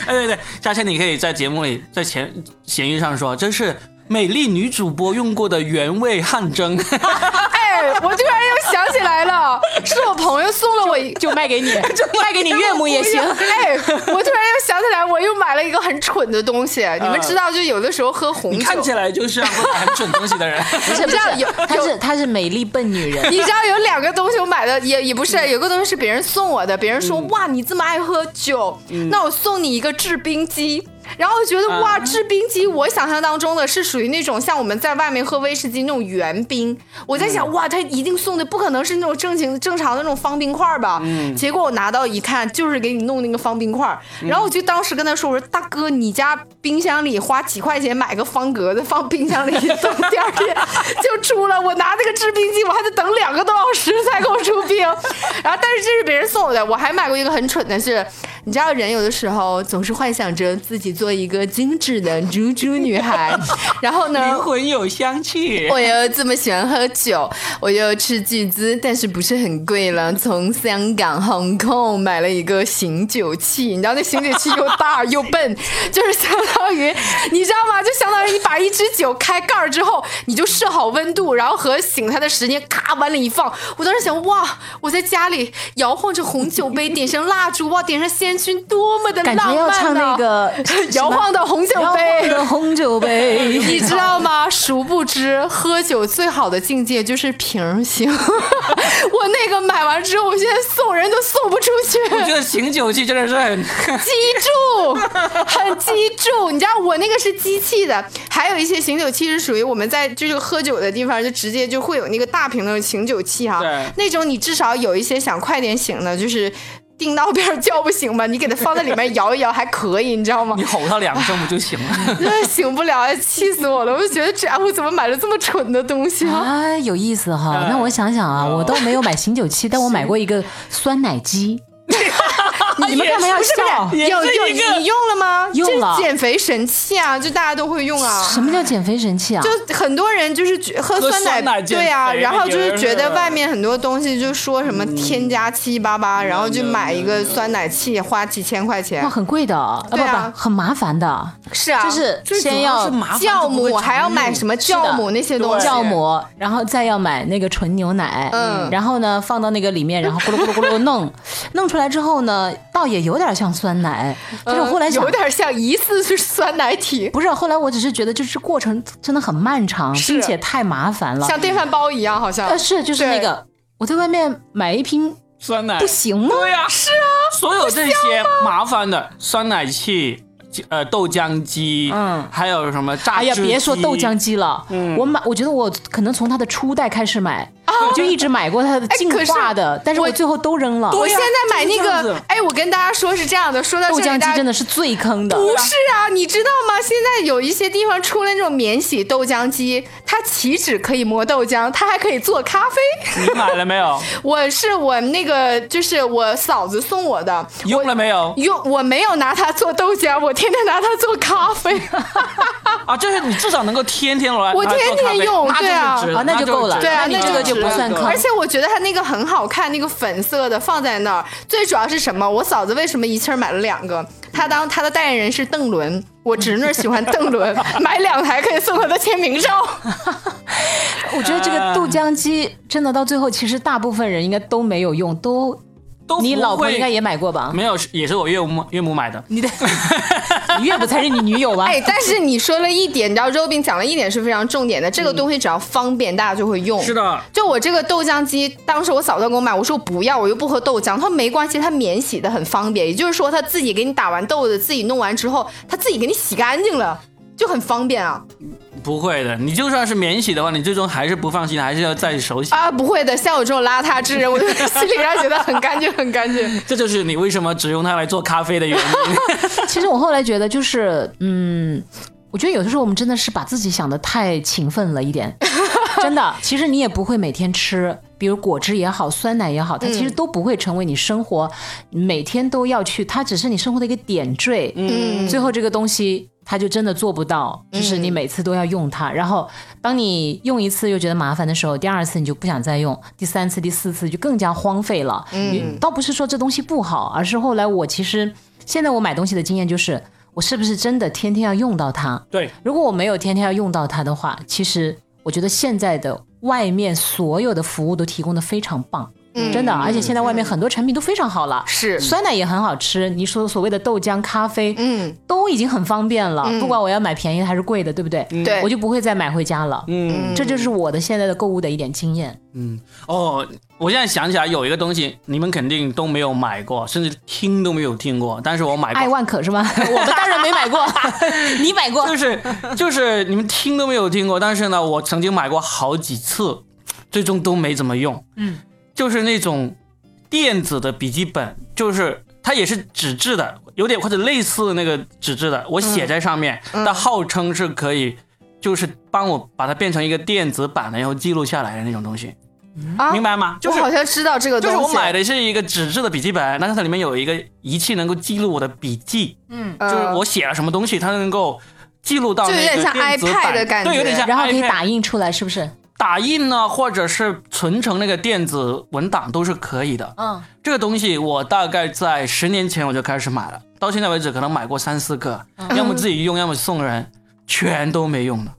A: 哎，对对，下次你可以在节目里，在前闲鱼上 说，这是美丽女主播用过的原味汗蒸，
C: 啊哎，我突然又我想起来了，是我朋友送了我一。
B: 就卖给你，卖给你岳母也行。
C: 哎，我突然又想起来，我又买了一个很蠢的东西。
B: 嗯
C: 你们知道，就有的时候喝红酒，
A: 你看起来就是啊会买很蠢东西 的人。
B: 不 是不
C: 知道
B: 是
C: 有，
B: 她是她是美丽笨女 人。
C: 你知道有两个东西我买的也也不是，有个东西是别人送我的，别人说、哇你这么爱喝酒，那我送你一个制冰机。然后我觉得
A: 啊
C: 哇，制冰机我想象当中的是属于那种像我们在外面喝威士忌那种圆冰，我在想、哇，他一定送的不可能是那种正经正常的那种方冰块吧？结果我拿到一看，就是给你弄那个方冰块。然后我就当时跟他说，我说大哥，你家冰箱里花几块钱买个方格子放冰箱里，等第二天就出了。我拿那个制冰机，我还得等两个多小时才给我出冰。然后，但是这是别人送我的，我还买过一个很蠢的是，你知道人有的时候总是幻想着自己做一个精致的猪猪女孩，然后呢
A: 灵。魂有香气。
C: 我又这么喜欢喝酒，我又斥巨资，但是不是很 贵了。从香港航空买了一个醒酒器，你知道那醒酒器又大又笨， 就是相当于你知道吗？就相当于你把一支酒开盖儿之后，你就设好温度，然后和醒它的时间咔往里一放。我当时想，哇，我在家里摇晃着红酒杯，点上蜡烛，哇，点上烟熏，多么的
B: 感
C: 浪漫
B: 觉
C: 呢！
B: 要唱那 个
C: 摇晃的红酒
B: 摇
C: 杯
B: 晃。的红酒杯，
C: 哎你知道吗？殊不知，喝酒最好的境界就是平行。 我那个买完之后，我现在送人都送不出去。
A: 我觉得醒酒器真的是很，
C: 记住，很记住。你知道我那个是机器的，还有一些醒酒器是属于我们在就是喝酒的地方，就直接就会有那个大瓶的醒酒器哈
A: 对。
C: 那种你至少有一些想快点醒的，就是。定到边儿叫不醒吧，你给它放在里面摇一摇还可以，你知道吗
A: 你？吼他两声不就行了？
C: 真的醒不了，哎气死我了！我就觉得这哎我怎么买了这么蠢的东西啊？
B: 啊，有意思哈。
A: 哎
B: 那我想想啊，
A: 哦
B: 我倒没有买醒酒器，但我买过一个酸奶 机。你们干嘛要笑？
A: 也
C: 有
A: 是
C: 有
A: 一个
C: 啊你用了吗？
B: 用
C: 这是
B: 了
C: 减肥神器啊，就大家都会用啊。
B: 什么叫减肥神器啊？
C: 就很多人就是觉喝
A: 喝
C: 酸奶，
A: 酸奶减
C: 对啊，
A: 肥
C: 然后就是觉得
A: 就是
C: 外面很多东西就说什么添加七八八，然后就买一个酸奶器，花几千块
B: 哇，
C: 钱。
B: 很贵的，啊不
C: 对啊
B: 不，很麻烦的。
C: 是啊，
B: 就是
A: 最主
B: 先
A: 要
B: 要
A: 是麻烦
C: 酵母，还要买什
A: 么？
C: 么酵母那些东西。
B: 酵母，然后再要买那个纯牛奶，
C: 嗯
B: 然后呢放到那个里面，然后咕噜咕噜咕噜 弄，弄出来之后呢，倒也有点像酸奶，但是我后来
C: 嗯
B: 想
C: 有。点像疑似是酸 奶体，
B: 不是，后来我只是觉得就是过程真的很漫长，
C: 是
B: 并且太麻烦了。
C: 像电饭煲一样，好像
B: 啊呃，。是就是那个，我在外面买一瓶
A: 酸
C: 哎
A: 奶
B: 不行吗？
A: 对呀、是啊，所有这些麻烦的酸奶器。呃，豆浆机，
B: 嗯
A: 还有什么榨
C: 啊
B: 哎
A: 汁机？
B: 呀，别说豆浆机了，
C: 嗯
B: 我买，我觉得我可能从它的初代开始买，我就一直买过它的进
C: 可是
B: 化的，但是
C: 啊哎我啊
B: 我最后都扔了。
C: 我
A: 对呀
C: 现在买那
A: 就是这样
C: 个
A: 子，
C: 哎，我跟大家说是这样的，说到这
B: 豆
C: 里，
B: 浆
C: 大
B: 机
C: 家
B: 真的是最坑的，
C: 不是啊，你知道吗？现在有一些地方出了那种免洗豆浆机，它岂止可以磨豆浆，它还可以做咖 啡。
A: 你买了没有？
C: 我是我那个，就是我嫂子送我的，
A: 用了没有？
C: 用我没有拿它做豆浆，我天天拿它做咖啡。
A: 啊，就是你至少能够天天来，
C: 我
A: 拿来做
C: 天天
A: 咖啡
C: 用
A: 那
C: 对啊
A: 就是值
B: 啊，那就
A: 就
B: 够了，
A: 值
C: 对
B: 那
C: 啊
B: 你
C: 那
B: 这
C: 就
B: 个就不
A: 值
B: 算
A: 了
B: 坑
C: 而。且我觉得它那个很好看，那个粉色的放在那儿。最主要是什么？我嫂子为什么一气儿买了两个？她当她的代言人是邓伦，我侄女儿喜欢邓 伦，买两台可以送她的签名照。
B: 我觉得这个豆浆机真的到最后，其实大部分人应该都没有用，都
A: 都
B: 你
A: 不
B: 老婆
A: 会
B: 应该也买过吧？
A: 没有，是也是我岳母岳母买的。
B: 你的你岳母才是你女友吧？
C: 哎，但是你说了一点，你知道 Robin 讲了一点是非常重点的，这个东西只要方便，大家就会用。
A: 是。的，
C: 就我这个豆浆机，当时我嫂子给我买，我说不要，我又不喝豆浆。她说没关系，它免洗的很方便，也就是说她自己给你打完豆子，自己弄完之后，她自己给你洗干净了，就很方便啊
A: 不会的。你就算是免洗的话，你最终还是不放心，还是要再手 洗。
C: 啊！不会的，像我这种邋遢 之人，我就心里上觉得很干净，很干净。
A: 这就是你为什么只用它来做咖啡的原 因。
B: 其实我后来觉得，就是嗯，我觉得有的时候我们真的是把自己想的太勤奋了一点，真的。其实你也不会每天吃，比如果汁也好，酸奶也好，它其实都不会成为你生活、每天都要去，它只是你生活的一个点缀。
C: 嗯
B: 最后这个东西。它就真的做不到，就是你每次都要用它，然后当你用一次又觉得麻烦的时候，第二次你就不想再用，第三次、第四次就更加荒废了。嗯，倒不是说这东西不好，而是后来我其实现在我买东西的经验就是，我是不是真的天天要用到它？
A: 对，
B: 如果我没有天天要用到它的话，其实我觉得现在的外面所有的服务都提供的非常棒。
C: 嗯
B: 真的，啊而且现在外面很多产品都非常好了，
C: 是
B: 酸奶也很好吃。你说所谓的豆浆、咖啡，
C: 嗯，
B: 都已经很方便了，不管我要买便宜的还是贵的，对不对？
C: 对
B: 我就不会再买回家了。
A: 嗯
B: 这就是我的现在的购物的一点经验。
A: 嗯，哦，我现在想起来有一个东西，你们肯定都没有买过，甚至听都没有听过，但是我买
B: 爱
A: 过。
B: 万 可是吗？我们当然没买过，你买过
A: 就？是就是你们听都没有听过，但是呢，我曾经买过好几次，最终都没怎么用。
B: 嗯，
A: 就是那种电子的笔记本，就是它也是纸质的，有点或者类似那个纸质的，我
C: 嗯
A: 写在上面，但号称是可以。就是帮我把它变成一个电子版的，然后记录下来的那种东西，
C: 啊，
A: 明白吗？就
C: 我
A: 是
C: 好像知道这个
A: 就
C: 东
A: 是
C: 西，
A: 我买的是一个纸质的笔记本，但是它里面有一个仪器能够记录我的笔记，
B: 嗯，
C: 呃
A: 就是我写了什么东西，它能够记录到
C: 就有
A: 那个
C: 点像
A: 电子版
C: iPad 的感觉
A: 对，有点像 iPad，
B: 然后可以打印出来，是不是？
A: 打印呢，或者是存成那个电子文档都是可以的。
B: 嗯，
A: 这个东西我大概在十年前我就开始买了，到现在为止可能买过三四个，
B: 嗯
A: 要么自己用，要么送人，全都没用的。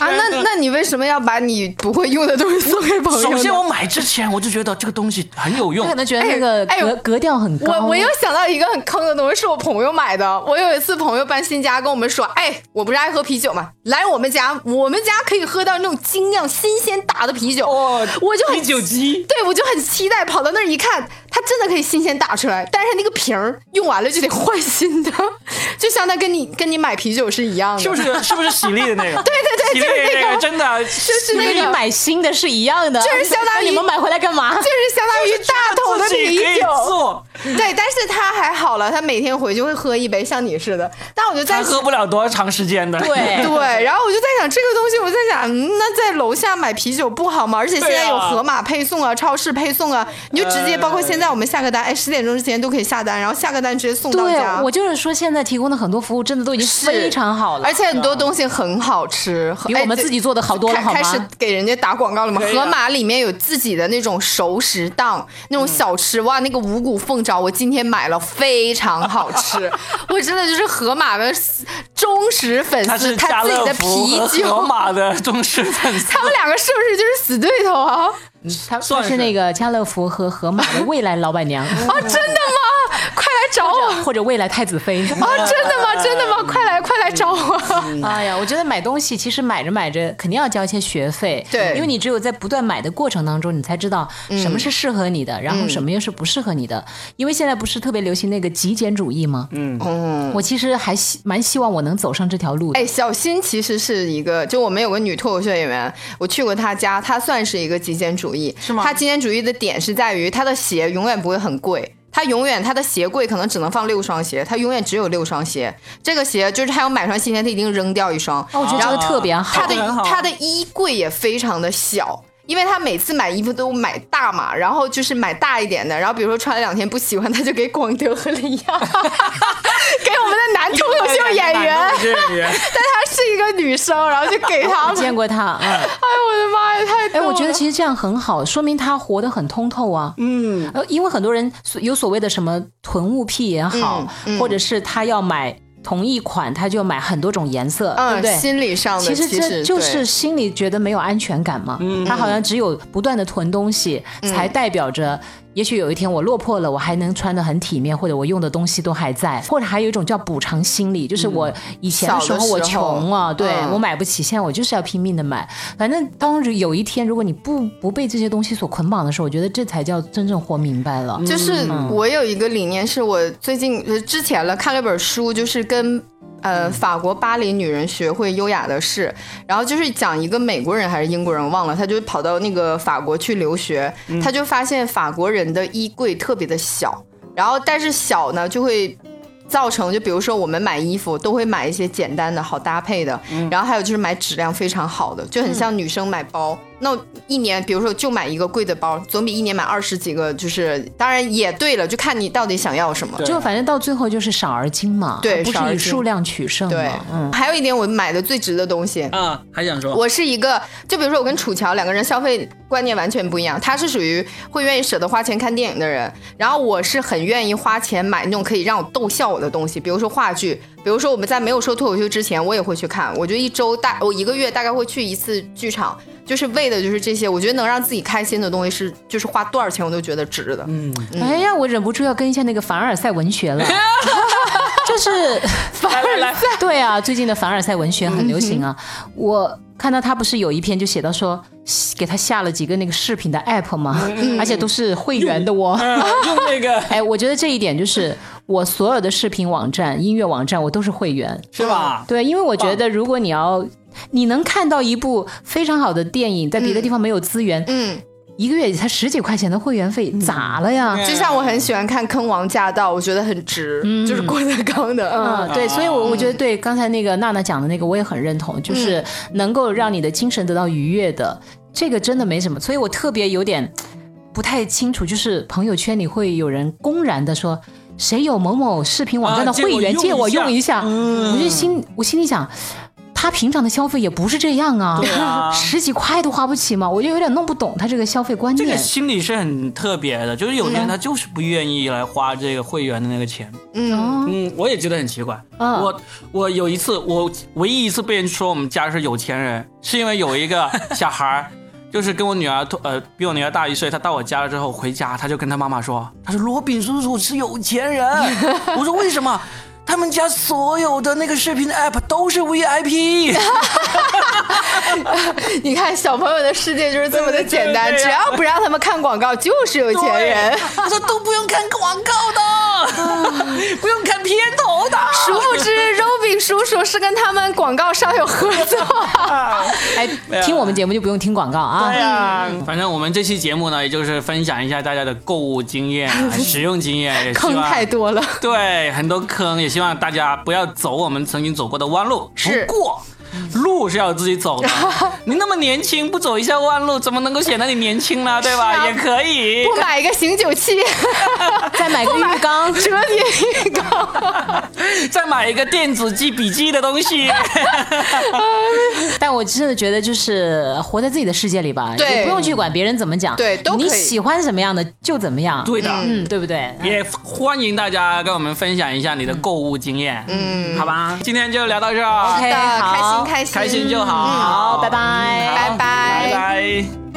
C: 啊，那那你为什么要把你不会用的东西送给朋友呢？
A: 首先我买之前我就觉得这个东西很有
B: 他
A: 用
B: 可，能觉得那个
C: 哎哎
B: 格格调很高。
C: 我我又想到一个很坑的东西，是我朋友买的。我有一次朋友搬新家，跟我们说，哎，我不是爱喝啤酒嘛，来我们家，我们家可以喝到那种精酿新鲜打的啤酒。
A: 哦
C: 我就很
A: 啤酒机。
C: 对，我就很期待，跑到那儿一看，它真的可以新鲜打出来，但是那个瓶儿用完了就得换新的，就相当于跟你跟你买啤酒是一样的，
A: 是不是 是不是喜力的那个？对
C: 对对
A: 喜力
C: 就是
A: 的
C: 那
A: 那
C: 个
A: 个真的
C: 就是那
B: 跟你
C: 个
B: 买新的是一样的，
C: 就是相当于
B: 那你们买回来干嘛？
C: 就是相当于大桶的
A: 自己
C: 啤
A: 可以
C: 酒。
A: 做，
C: 对，但是他还好了，他每天回去会喝一杯，像你似的。但我就在
A: 咱喝不了多长时间的。
B: 对
C: 对，然后我就在想这个东西，我在想，嗯，那在楼下买啤酒不好吗？而且现在
A: 对啊
C: 有盒马配送啊，超市配送啊，你就直接包括现在我们下个单，哎，十点钟之前都可以下单，然后下个单直接送到
B: 对
C: 家。，
B: 我就是说现在提供的很多服务真的都已经非常好了，
C: 而且
A: 啊
C: 很多东西很好吃，哎
B: 比我们自己做的好多了，
C: 开
B: 好
C: 开始
B: 吗？
C: 给人家打广告了吗？
A: 对呀
C: 盒马里面有自己的那种熟食档，那种小
A: 嗯
C: 吃，哇，那个五谷凤爪，我今天买了，非常好 吃。我真的就是盒马的忠实粉
A: 他
C: 丝，
A: 是
C: 他
A: 家
C: 自己
A: 乐
C: 的
A: 福
C: 啤
A: 和
C: 酒
A: 盒， 马的忠实粉丝
C: 他。们两个是不是就是死对头啊？
B: 她她
A: 算
B: 是
A: 是
B: 那个家乐福和盒马的未来老板娘，
C: 啊，真的吗？快来找 我！
B: 或者未来太子妃。 嗯
C: 啊，真的吗？真的吗？快来，快来找我！
B: 哎呀，我觉得买东西其实买着买着肯定要交一些学费，
C: 对嗯
B: 因为你只有在不断买的过程当中，你才知道什么是适合你的，然后什么又是不适合你的。因为现在不是特别流行那个极简主义吗？嗯，我其实还希蛮希望我能走上这条路的。
C: 哎，小新其实是一个，就我们有个女脱口秀演员，我去过她家，她算是一个极简主义。是
A: 吗
C: 她极简主义的点是在于她的鞋永远不会很贵。她永远，她的鞋柜可能只能放六双鞋，她永远只有六双鞋。这个鞋就是她要买双新鞋，她一定扔掉一双。
B: 哦，我觉得这个特别好
C: 他。的
A: 这个很好
C: 他的衣柜也非常的小。因为他每次买衣服都买大码，然后就是买大一点的，然后比如说穿了两天不喜欢，他就给广德和李阳， 给我们的男脱口秀演员，
A: 脱口秀演员，
C: 但她是一个女生，然后就给他
B: 我
C: 们。
B: 见过他，嗯，
C: 哎呦我的妈呀，太逗
B: 哎，
C: 了！
B: 我觉得其实这样很好，说明他活得很通透啊。嗯，呃，因为很多人所有所谓的什么囤物癖也好，或者是他要买同一款，他就买很多种颜色，对不
C: 嗯，
B: 对？
C: 心理上的
B: 其实
C: 其
B: 这
C: 实嗯
B: 就是心里觉得没有安全感嘛。他好像只有不断的囤东西，才代表着也许有一天我落魄了，我还能穿得很体面，或者我用的东西都还在，或者还有一种叫补偿心理，就是我以前的时
C: 嗯小的
B: 候
C: 时候
B: 我穷啊，对
C: 嗯
B: 我买不起，现在我就是要拼命的买。反正当有一天，如果你不不被这些东西所捆绑的时候，我觉得这才叫真正活明白了。
C: 就是我有一个理念，是我最近呃之前了看了本书，就是跟呃法国巴黎女人学会优雅的事，然后就是讲一个美国人还是英国人我忘了，他就跑到那个法国去留学，他就发现法国人的衣柜特别的小，然后但是小呢就会。造成就比如说我们买衣服都会买一些简单的好搭配的，然后还有就是买质量非常好的，就很像女生买包。那我一年比如说就买一个贵的包，总比一年买二十几个就是，当然也对了，就看你到底想要什么。
B: 就反正到最后就是少而精嘛，
C: 对
B: 而不
C: 少
B: 是
C: 而
B: 以
C: 精
B: 数量取胜
C: 对
B: 嘛，，嗯。
C: 还有一点我买的最值的东西，
A: 啊，还想 说，
C: 我是一个，就比如说我跟楚乔两个人消费观念完全不一样，他是属于会愿意舍得花钱看电影的人，然后我是很愿意花钱买那种可以让我逗笑我的东西，比如说话剧。比如说我们在没有说脱口秀之前，我也会去看，我就一周大我一个月大概会去一次剧场，就是为的就是这些。我觉得能让自己开心的东西是，就是花多少钱我都觉得值的。
A: 嗯，
B: 哎呀，我忍不住要跟一下那个凡尔赛 文学了，就是凡
A: 来来来，
B: 对啊，最近的凡尔赛文学很流行
A: 嗯
B: 啊。我看到他不是有一篇就写到说，给他下了几个那个视频的 app 吗？而且都是会员的哦。
A: 嗯用那个
B: 哎，我觉得这一点就是我所有的视频网站、音乐网站我都是会员。
A: 是吧？
B: 对，因为我觉得如果你要。你能看到一部非常好的电影，在别的地方没有资源，
C: 嗯，
B: 一个月也才十几块钱的会员费，
A: 嗯
B: 咋了呀？
C: 就像我很喜欢看《坑王驾到》，我觉得很值，就是郭德纲的。嗯
B: 嗯，对，所以我我觉得对刚才那个娜娜讲的那个，我也很认同，
A: 嗯
B: 就是能够让你的精神得到愉悦的，这个真的没什么。所以我特别有点不太清楚，就是朋友圈里会有人公然的说。谁有某某视频网站的
A: 啊借我
B: 会员，
A: 用
B: 借
A: 一
B: 我
A: 下嗯
B: 用一下？嗯我就心我心里想，他平常的消费也不是这样啊，
A: 对啊
B: 十几块都花不起嘛，我就有点弄不懂他这个消费观
A: 这个
B: 念。
A: 心理是很特别的，就是有些人他就是不愿意来花这个会员的那个钱。
C: 嗯
A: 嗯，我也觉得很奇怪。
B: 嗯
A: 我我有一次，我唯一一次被人说我们家是有钱人，是因为有一个小孩儿，就是跟我女儿同呃比我女儿大一岁，他到我家了之后回家，他就跟他妈妈说，他说罗宾叔叔是有钱人。我说为什么？他们家所有的那个视频的 app 都是 VIP，
C: 你看小朋友的世界就是这么的简单，
A: 对对对
C: 只要不让他们看广告，就是有钱人。
A: 对他说都不用看广告的，不用看片头的，
C: 殊不知，Robin 叔叔是跟他们广告商有合 作。
B: 哎，听我们节目就不用听广告啊。
A: 啊对呀，反正我们这期节目呢，也就是分享一下大家的购物经验、啊、使用经验，也希
C: 坑
A: 望
C: 太多 了，
A: 对很多坑，也希望大家不要走我们曾经走过的弯路。
C: 是
A: 不过路是要自己走的。你那么年轻，不走一下弯路，怎么能够显得你年轻呢？对吧？
C: 是啊
A: 也可以。
C: 不买一个醒酒器，
B: 再 买个浴缸，
C: 折叠浴缸。
A: 再买一个电子记笔记的东西。
B: 但我真的觉得就是活在自己的世界里吧，
C: 对
B: 也不用去管别人怎么讲，
C: 对都可以
B: 你喜欢什么样的就怎么样，
A: 对的。
B: 嗯，对不对？
A: 也欢迎大家跟我们分享一下你的购物经验，嗯，好吧，今天就聊到这儿
B: OK，
C: 的，开
B: 好
C: 心开心，
A: 开心就好，
B: 好，拜拜，
A: 好
C: 拜拜
A: 拜拜。